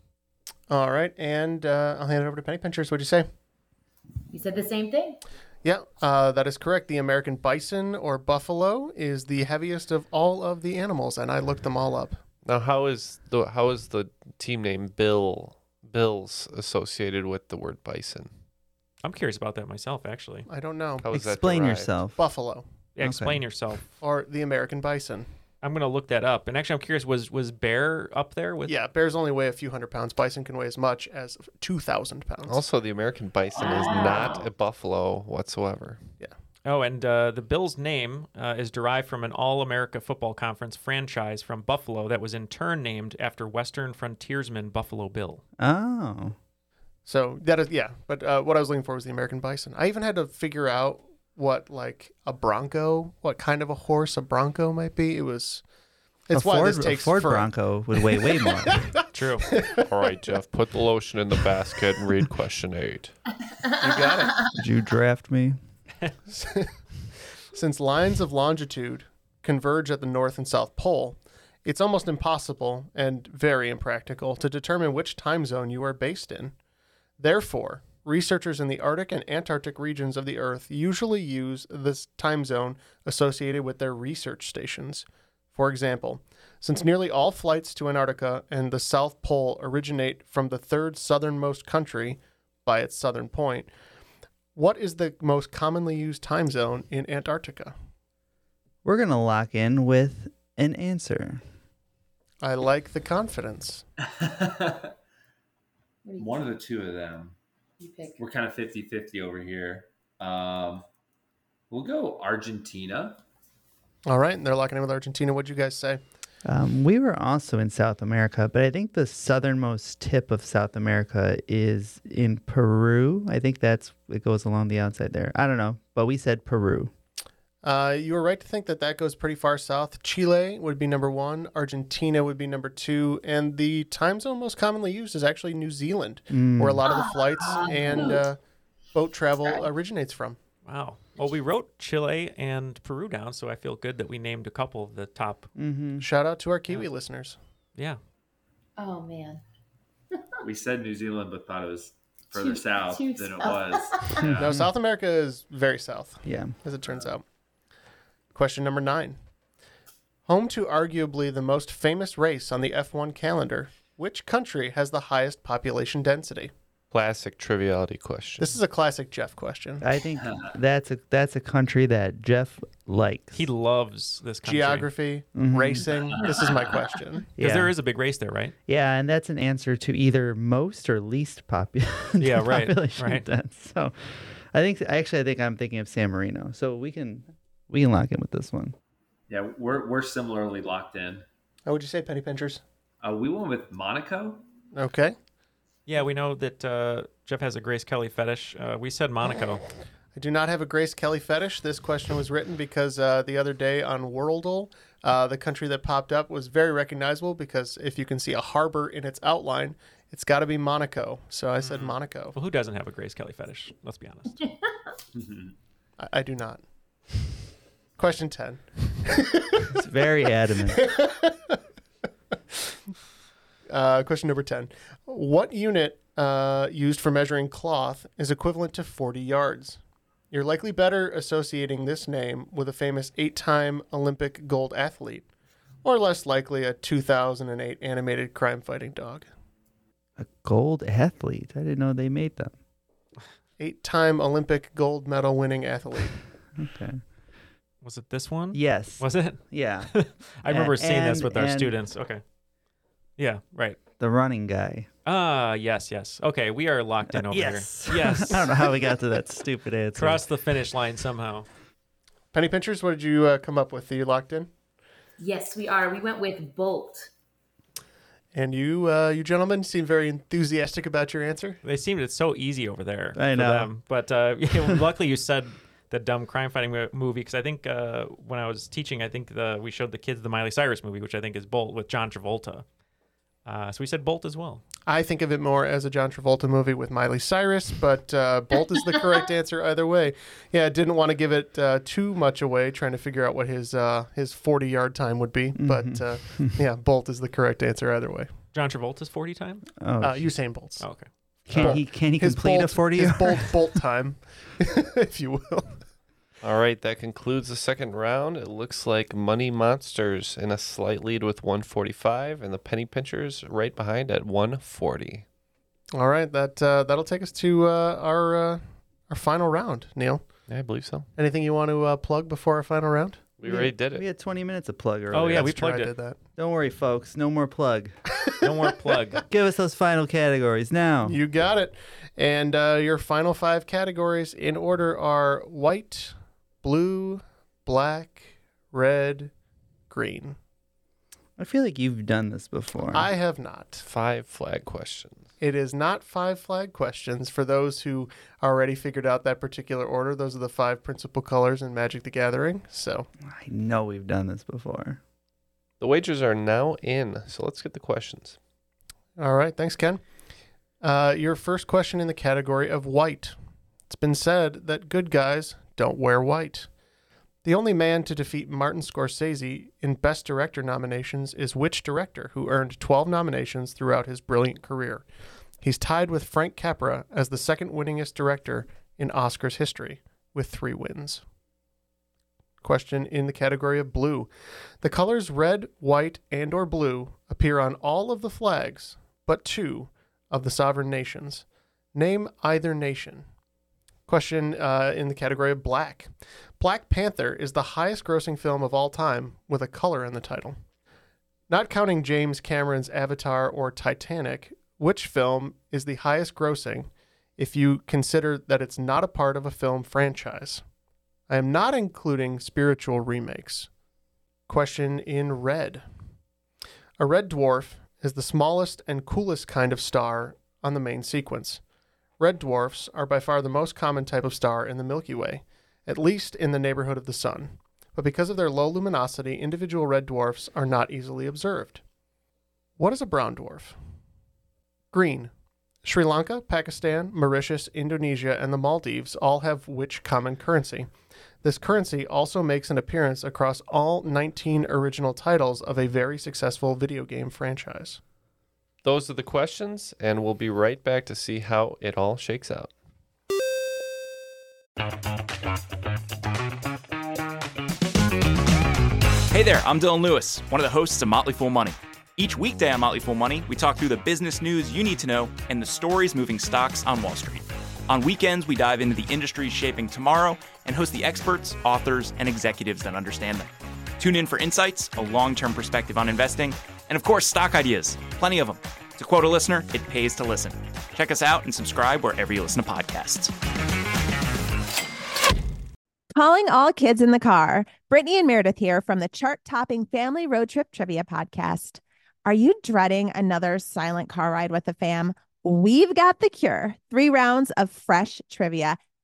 All right, and uh, I'll hand it over to Penny Pinchers. What'd you say? You said the same thing. Yeah, uh, that is correct. The American bison or buffalo is the heaviest of all of the animals, and I looked them all up. Now, how is the how is the team name Bill Bills associated with the word bison? I'm curious about that myself, actually. I don't know. How is that Explain derived? yourself. Buffalo. Yeah, explain yourself. Or the American bison. I'm gonna look that up. And actually, I'm curious. Was was bear up there with? Yeah, bears only weigh a few hundred pounds. Bison can weigh as much as two thousand pounds. Also, the American bison is not a buffalo whatsoever. Yeah. Oh, and uh, the Bills' name uh, is derived from an All-America Football Conference franchise from Buffalo that was in turn named after Western frontiersman Buffalo Bill. Oh. So that is yeah. But uh, what I was looking for was the American bison. I even had to figure out what like a bronco, what kind of a horse a bronco might be. It was. It's a why Ford, this a takes Ford for- Bronco would weigh way more. True. All right, Jeff, put the lotion in the basket and read question eight. You got it. Did you draft me? Since lines of longitude converge at the North and South Pole, it's almost impossible and very impractical to determine which time zone you are based in. Therefore, researchers in the Arctic and Antarctic regions of the Earth usually use this time zone associated with their research stations. For example, since nearly all flights to Antarctica and the South Pole originate from the third southernmost country by its southern point, what is the most commonly used time zone in Antarctica? We're gonna lock in with an answer. I like the confidence. One of the two of them. We're kind of 50 50 over here. Um, we'll go Argentina. All right, and they're locking in with Argentina. What'd you guys say? Um, we were also in South America, but I think the southernmost tip of South America is in Peru. I think that's it goes along the outside there. I don't know, but we said Peru. Uh, you were right to think that that goes pretty far south. Chile would be number one, Argentina would be number two, and the time zone most commonly used is actually New Zealand, Mm. where a lot of the flights Ah, and boat. uh, boat travel originates from. Wow. Well, we wrote Chile and Peru down, so I feel good that we named a couple of the top. Shout out to our Kiwi listeners. Yeah. Oh man. We said New Zealand, but thought it was further Too- south too than it south. was. Yeah. No, South America is very south. Yeah. As it turns out. Question number nine. Home to arguably the most famous race on the F1 calendar, which country has the highest population density? Classic triviality question. This is a classic Jeff question. I think that's a that's a country that Jeff likes. He loves this country. Geography, Mhm. racing. This is my question. Because Yeah. there is a big race there, right? Yeah, and that's an answer to either most or least popu- Yeah, right, population right. dense. So, I think actually I think I'm thinking of San Marino. So we can we can lock in with this one. Yeah, we're, we're similarly locked in. How would Oh, you say, Penny Pinchers? Uh, we went with Monaco. Okay. Yeah, we know that uh, Jeff has a Grace Kelly fetish. Uh, we said Monaco. I do not have a Grace Kelly fetish. This question was written because uh, the other day on Worldle, uh, the country that popped up was very recognizable because if you can see a harbor in its outline, it's got to be Monaco. So I said Hmm. Monaco. Well, who doesn't have a Grace Kelly fetish? Let's be honest. Mm-hmm. I, I do not. Question 10. It's very adamant. Uh, question number 10. What unit uh, used for measuring cloth is equivalent to 40 yards? You're likely better associating this name with a famous eight time Olympic gold athlete, or less likely a 2008 animated crime fighting dog. Gold athlete. I didn't know they made them. Eight time Olympic gold medal winning athlete. Okay. Was it this one? Yes. Was it? Yeah. I remember And- seeing this with our and- students. Okay. Yeah, right. The running guy. Ah, yes, yes. Okay, we are locked in over Uh, yes. here. Yes. I don't know how we got to that stupid answer. Cross the finish line somehow. Penny Pinchers, what did you uh, come up with? Are you locked in? Yes, we are. We went with Bolt. And you, uh, you gentlemen, seem very enthusiastic about your answer. They seemed it's so easy over there. I for know. them. but uh, luckily you said the dumb crime fighting mo- movie because I think uh, when I was teaching, I think the we showed the kids the Miley Cyrus movie, which I think is Bolt with John Travolta. Uh, so we said Bolt as well. I think of it more as a John Travolta movie with Miley Cyrus, but uh, Bolt is the correct answer either way. Yeah, I didn't want to give it uh, too much away, trying to figure out what his uh, his forty yard time would be. Mm-hmm. But uh, yeah, Bolt is the correct answer either way. John Travolta's forty time. Oh, uh, Usain Bolt's. Oh, okay. Can Bolt. he- can he His complete a Bolt- 40 His yard? Bolt Bolt time, if you will. All right, that concludes the second round. It looks like Money Monsters in a slight lead with 145, and the Penny Pinchers right behind at 140. All right, that uh, that'll take us to uh, our uh, our final round, Neil. Yeah, I believe so. Anything you want to uh, plug before our final round? We already did it. We had 20 minutes of plug earlier. Oh, yeah, we That's true, plugged I it. did that. Don't worry, folks. No more plug. no more plug. Give us those final categories now. You got it. And uh, your final five categories in order are white, blue, black, red, green. I feel like you've done this before. I have not. Five flag questions. It is not five flag questions for those who already figured out that particular order. Those are the five principal colors in Magic the Gathering. So I know we've done this before. The wagers are now in, so let's get the questions. All right. Thanks, Ken. Uh, your first question in the category of white. It's been said that good guys don't wear white. The only man to defeat Martin Scorsese in Best Director nominations is which director who earned 12 nominations throughout his brilliant career? He's tied with Frank Capra as the second winningest director in Oscars history with three wins. Question in the category of blue. The colors red, white, and or blue appear on all of the flags but two of the sovereign nations. Name either nation. Question uh, in the category of black. Black Panther is the highest grossing film of all time with a color in the title. Not counting James Cameron's Avatar or Titanic, which film is the highest grossing if you consider that it's not a part of a film franchise? I am not including spiritual remakes. Question in red. A red dwarf is the smallest and coolest kind of star on the main sequence. Red dwarfs are by far the most common type of star in the Milky Way, at least in the neighborhood of the Sun. But because of their low luminosity, individual red dwarfs are not easily observed. What is a brown dwarf? Green. Sri Lanka, Pakistan, Mauritius, Indonesia, and the Maldives all have which common currency? This currency also makes an appearance across all 19 original titles of a very successful video game franchise. Those are the questions, and we'll be right back to see how it all shakes out. Hey there, I'm Dylan Lewis, one of the hosts of Motley Fool Money. Each weekday on Motley Fool Money, we talk through the business news you need to know and the stories moving stocks on Wall Street. On weekends, we dive into the industries shaping tomorrow and host the experts, authors, and executives that understand them. Tune in for insights, a long term perspective on investing, and of course, stock ideas. Plenty of them. To quote a listener, it pays to listen. Check us out and subscribe wherever you listen to podcasts. Calling all kids in the car. Brittany and Meredith here from the chart topping Family Road Trip Trivia Podcast. Are you dreading another silent car ride with the fam? We've got the cure. Three rounds of fresh trivia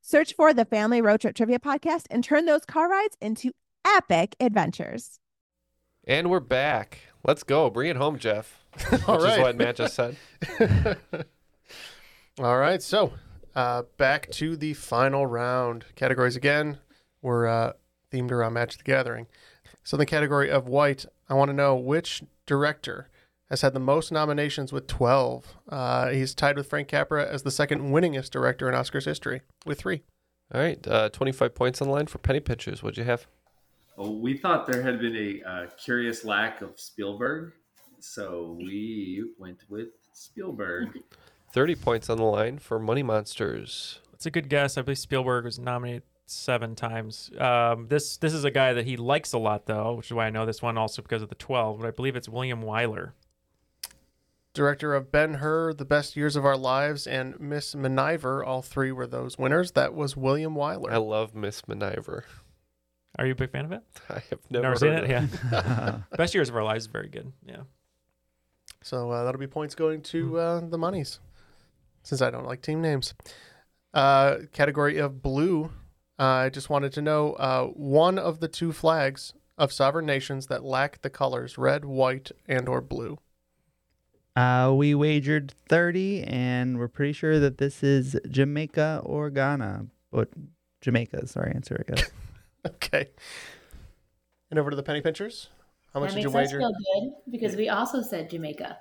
Search for the Family Road Trip Trivia Podcast and turn those car rides into epic adventures. And we're back. Let's go. Bring it home, Jeff. All Which is right. what Matt just said. All right, so uh, back to the final round. Categories again were uh, themed around Match the Gathering. So, in the category of white, I want to know which director has had the most nominations with 12. Uh, he's tied with Frank Capra as the second winningest director in Oscars history with three. All right, uh, 25 points on the line for Penny Pinchers. What'd you have? Oh, we thought there had been a uh, curious lack of Spielberg So we went with Spielberg. 30 points on the line for Money Monsters. It's a good guess. I believe Spielberg was nominated seven times. Um, this this is a guy that he likes a lot, though, which is why I know this one also because of the twelve. But I believe it's William Wyler. Director of Ben Hur, The Best Years of Our Lives, and Miss Miniver, all three were those winners. That was William Wyler. I love Miss Miniver. Are you a big fan of it? I have never, seen it. heard of it. Yeah, Best Years of Our Lives is very good. Yeah, Hmm. So uh, that'll be points going to uh, the monies, since I don't like team names. Uh, category of blue. Uh, I just wanted to know uh, one of the two flags of sovereign nations that lack the colors red, white, and or blue. Uh, we wagered 30, and we're pretty sure that this is Jamaica or Ghana. But Jamaica is our answer, I guess. Okay. And over to the penny pinchers. How much that did you makes us wager? feel good because we also said Jamaica.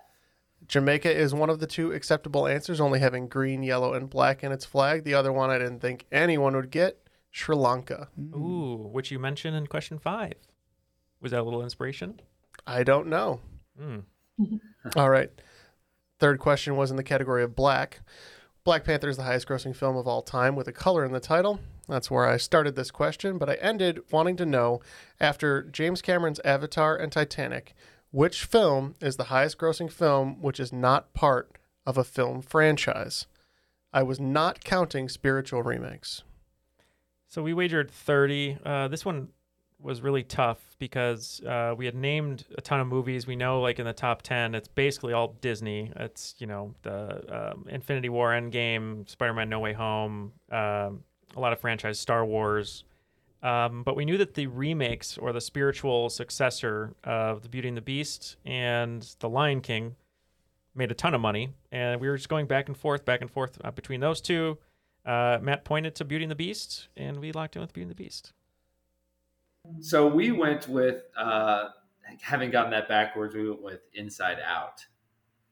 Jamaica is one of the two acceptable answers, only having green, yellow, and black in its flag. The other one I didn't think anyone would get Sri Lanka. Ooh, which you mentioned in question five. Was that a little inspiration? I don't know. Hmm. All right. Third question was in the category of black. Black Panther is the highest grossing film of all time with a color in the title. That's where I started this question, but I ended wanting to know after James Cameron's Avatar and Titanic, which film is the highest grossing film which is not part of a film franchise? I was not counting spiritual remakes. So we wagered 30. Uh, this one was really tough because uh, we had named a ton of movies. We know, like in the top 10, it's basically all Disney. It's, you know, the um, Infinity War Endgame, Spider Man No Way Home, um, a lot of franchise Star Wars. Um, but we knew that the remakes or the spiritual successor of The Beauty and the Beast and The Lion King made a ton of money, and we were just going back and forth, back and forth uh, between those two. Uh, Matt pointed to Beauty and the Beast, and we locked in with Beauty and the Beast. So we went with, uh, having gotten that backwards, we went with Inside Out.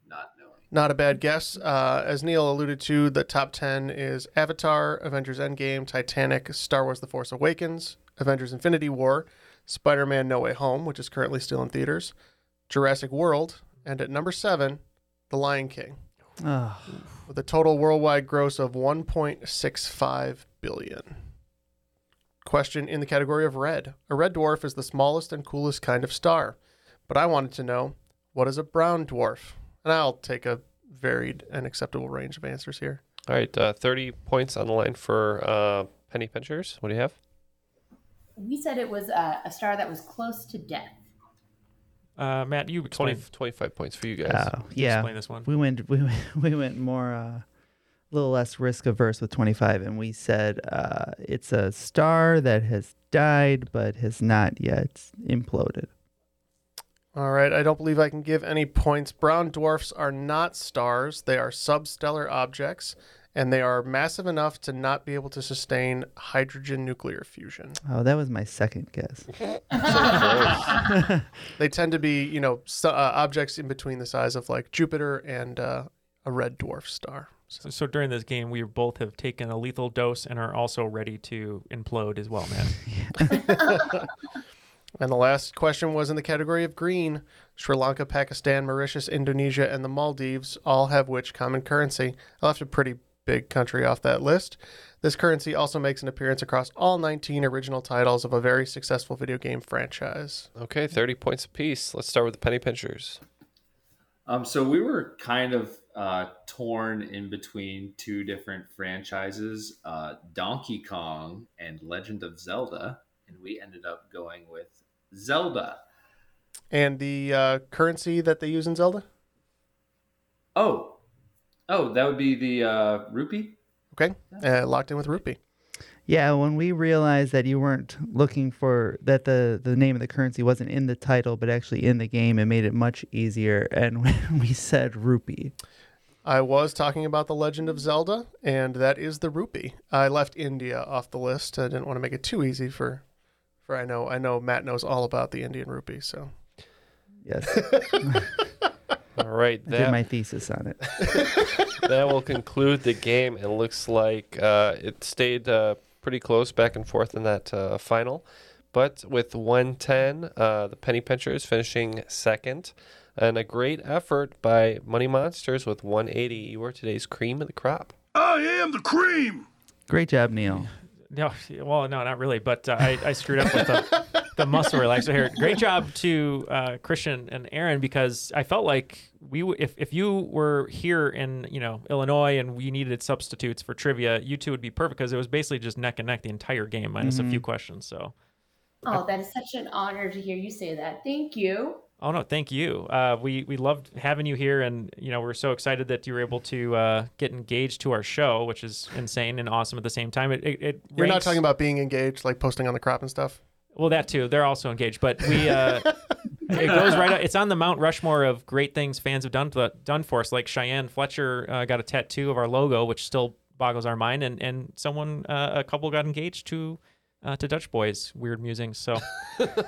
Not knowing. Not a bad guess. Uh, as Neil alluded to, the top 10 is Avatar, Avengers Endgame, Titanic, Star Wars The Force Awakens, Avengers Infinity War, Spider Man No Way Home, which is currently still in theaters, Jurassic World, and at number seven, The Lion King, Ah. with a total worldwide gross of 1.65 billion. Question in the category of red. A red dwarf is the smallest and coolest kind of star, but I wanted to know what is a brown dwarf? And I'll take a varied and acceptable range of answers here. All right, uh, 30 points on the line for uh, Penny Pinchers. What do you have? We said it was uh, a star that was close to death. Uh, Matt, you 20, explain. 25 points for you guys. Oh, yeah. Explain this one. We went we went- we went more uh, a little less risk averse with 25 and we said uh, it's a star that has died but has not yet imploded. All right, I don't believe I can give any points. Brown dwarfs are not stars, they are substellar objects, and they are massive enough to not be able to sustain hydrogen nuclear fusion. Oh, that was my second guess. they tend to be, you know, s- uh, objects in between the size of like Jupiter and uh, a red dwarf star. So, so during this game, we both have taken a lethal dose and are also ready to implode as well, Matt. And the last question was in the category of green. Sri Lanka, Pakistan, Mauritius, Indonesia, and the Maldives all have which common currency? I left a pretty big country off that list. This currency also makes an appearance across all 19 original titles of a very successful video game franchise. Okay, 30 points apiece. Let's start with the Penny Pinchers. Um, so we were kind of uh, torn in between two different franchises, uh, Donkey Kong and Legend of Zelda, and we ended up going with Zelda. And the uh, currency that they use in Zelda? Oh, oh, that would be the uh, rupee. Okay, uh, locked in with rupee. Yeah, when we realized that you weren't looking for that the the name of the currency wasn't in the title but actually in the game, it made it much easier. And when we said rupee, I was talking about The Legend of Zelda, and that is the rupee. I left India off the list. I didn't want to make it too easy for, for I know I know Matt knows all about the Indian rupee, so yes, All right, I did that, my thesis on it. that will conclude the game. It looks like uh, it stayed uh, pretty close back and forth in that uh, final. But with 110, uh, the Penny Pinchers finishing second. and a great effort by Money Monsters with 180. You were today's cream of the crop. I am the cream. Great job, Neil. No, well, no, not really. But uh, I, I screwed up with the, the muscle relaxer here. Great job to uh, Christian and Aaron because I felt like we, w- if if you were here in you know Illinois and we needed substitutes for trivia, you two would be perfect because it was basically just neck and neck the entire game minus a Mhm. Mm-hmm. few questions. So, Oh, that is such an honor to hear you say that. Thank you. oh no, thank you. Uh, we we loved having you here, and you know we're so excited that you were able to uh, get engaged to our show, which is insane and awesome at the same time. It, it, it You're not ranks- talking about being engaged, like posting on the crop and stuff. Well, that too. They're also engaged, but we uh, it goes right. Up. It's on the Mount Rushmore of great things fans have done to, done for us. Like Cheyenne Fletcher uh, got a tattoo of our logo, which still boggles our mind, and and someone uh, a couple got engaged to uh, to Dutch Boys. Weird musings. So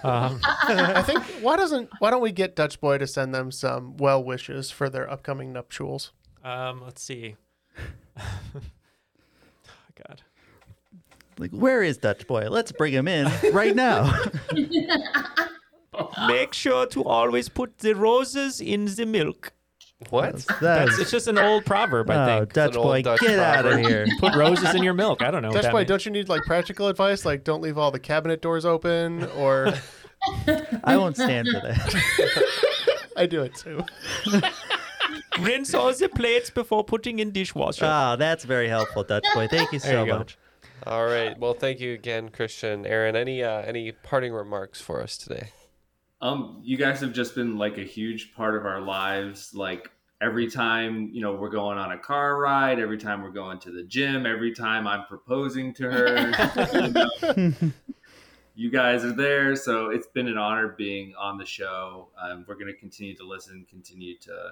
um, I think why doesn't why don't we get Dutch Boy to send them some well wishes for their upcoming nuptials? um, let's see. God. Like, where is Dutch Boy? Let's bring him in right now. Make sure to always put the roses in the milk. What? That's- That's, it's just an old proverb, I Oh, think. Dutch It's an old boy, Dutch get outta proverb. here. Put roses in your milk. I don't know. what Dutch that Boy, means. don't you need like practical advice, like don't leave all the cabinet doors open, or I won't stand for that. I do it too. Rinse all the plates before putting in dishwasher. Oh, that's very helpful, Dutch Boy. Thank you There so you go. much. All right. Well, thank you again, Christian, Aaron. Any uh, any parting remarks for us today? Um, you guys have just been like a huge part of our lives. Like every time, you know, we're going on a car ride, every time we're going to the gym, every time I'm proposing to her, you, know, you guys are there. So it's been an honor being on the show. Um, we're going to continue to listen, continue to,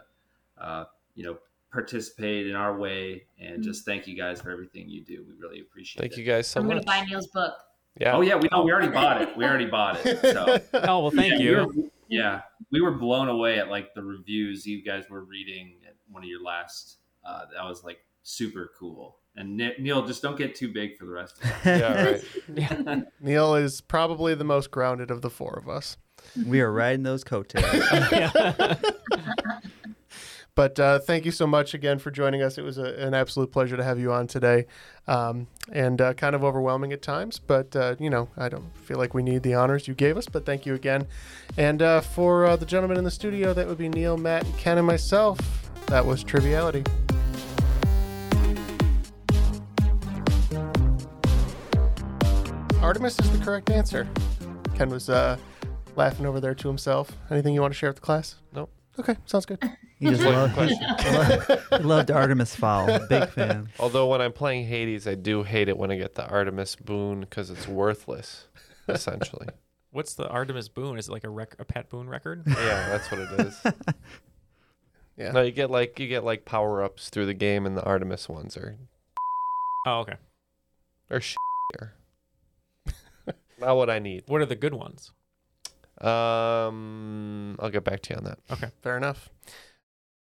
uh, you know, participate in our way, and just thank you guys for everything you do. We really appreciate it. Thank you guys so I'm going much. to buy Neil's book. Yeah. Oh yeah, we know we already bought it. We already bought it. So. Oh well, thank Yeah, you. We were, yeah, we were blown away at like the reviews you guys were reading at one of your last. Uh, that was like super cool. And Ne- Neil, just don't get too big for the rest. of us. Neil is probably the most grounded of the four of us. We are riding those coattails. But uh, thank you so much again for joining us. It was a, an absolute pleasure to have you on today, um, and uh, kind of overwhelming at times. But uh, you know, I don't feel like we need the honors you gave us. But thank you again, and uh, for uh, the gentlemen in the studio, that would be Neil, Matt, and Ken, and myself. That was Triviality. Artemis is the correct answer. Ken was uh, laughing over there to himself. Anything you want to share with the class? Nope. Okay, sounds good. He just loved, he loved Artemis Fowl. Big fan. Although when I'm playing Hades, I do hate it when I get the Artemis boon because it's worthless, essentially. What's the Artemis Boone? Is it like a rec- a Pat Boone record? yeah, that's what it is. Yeah. No, you get like you get like power ups through the game, and the Artemis ones are Oh, okay. are shittier. Not what I need. What are the good ones? Um, I'll get back to you on that. Okay. Fair enough.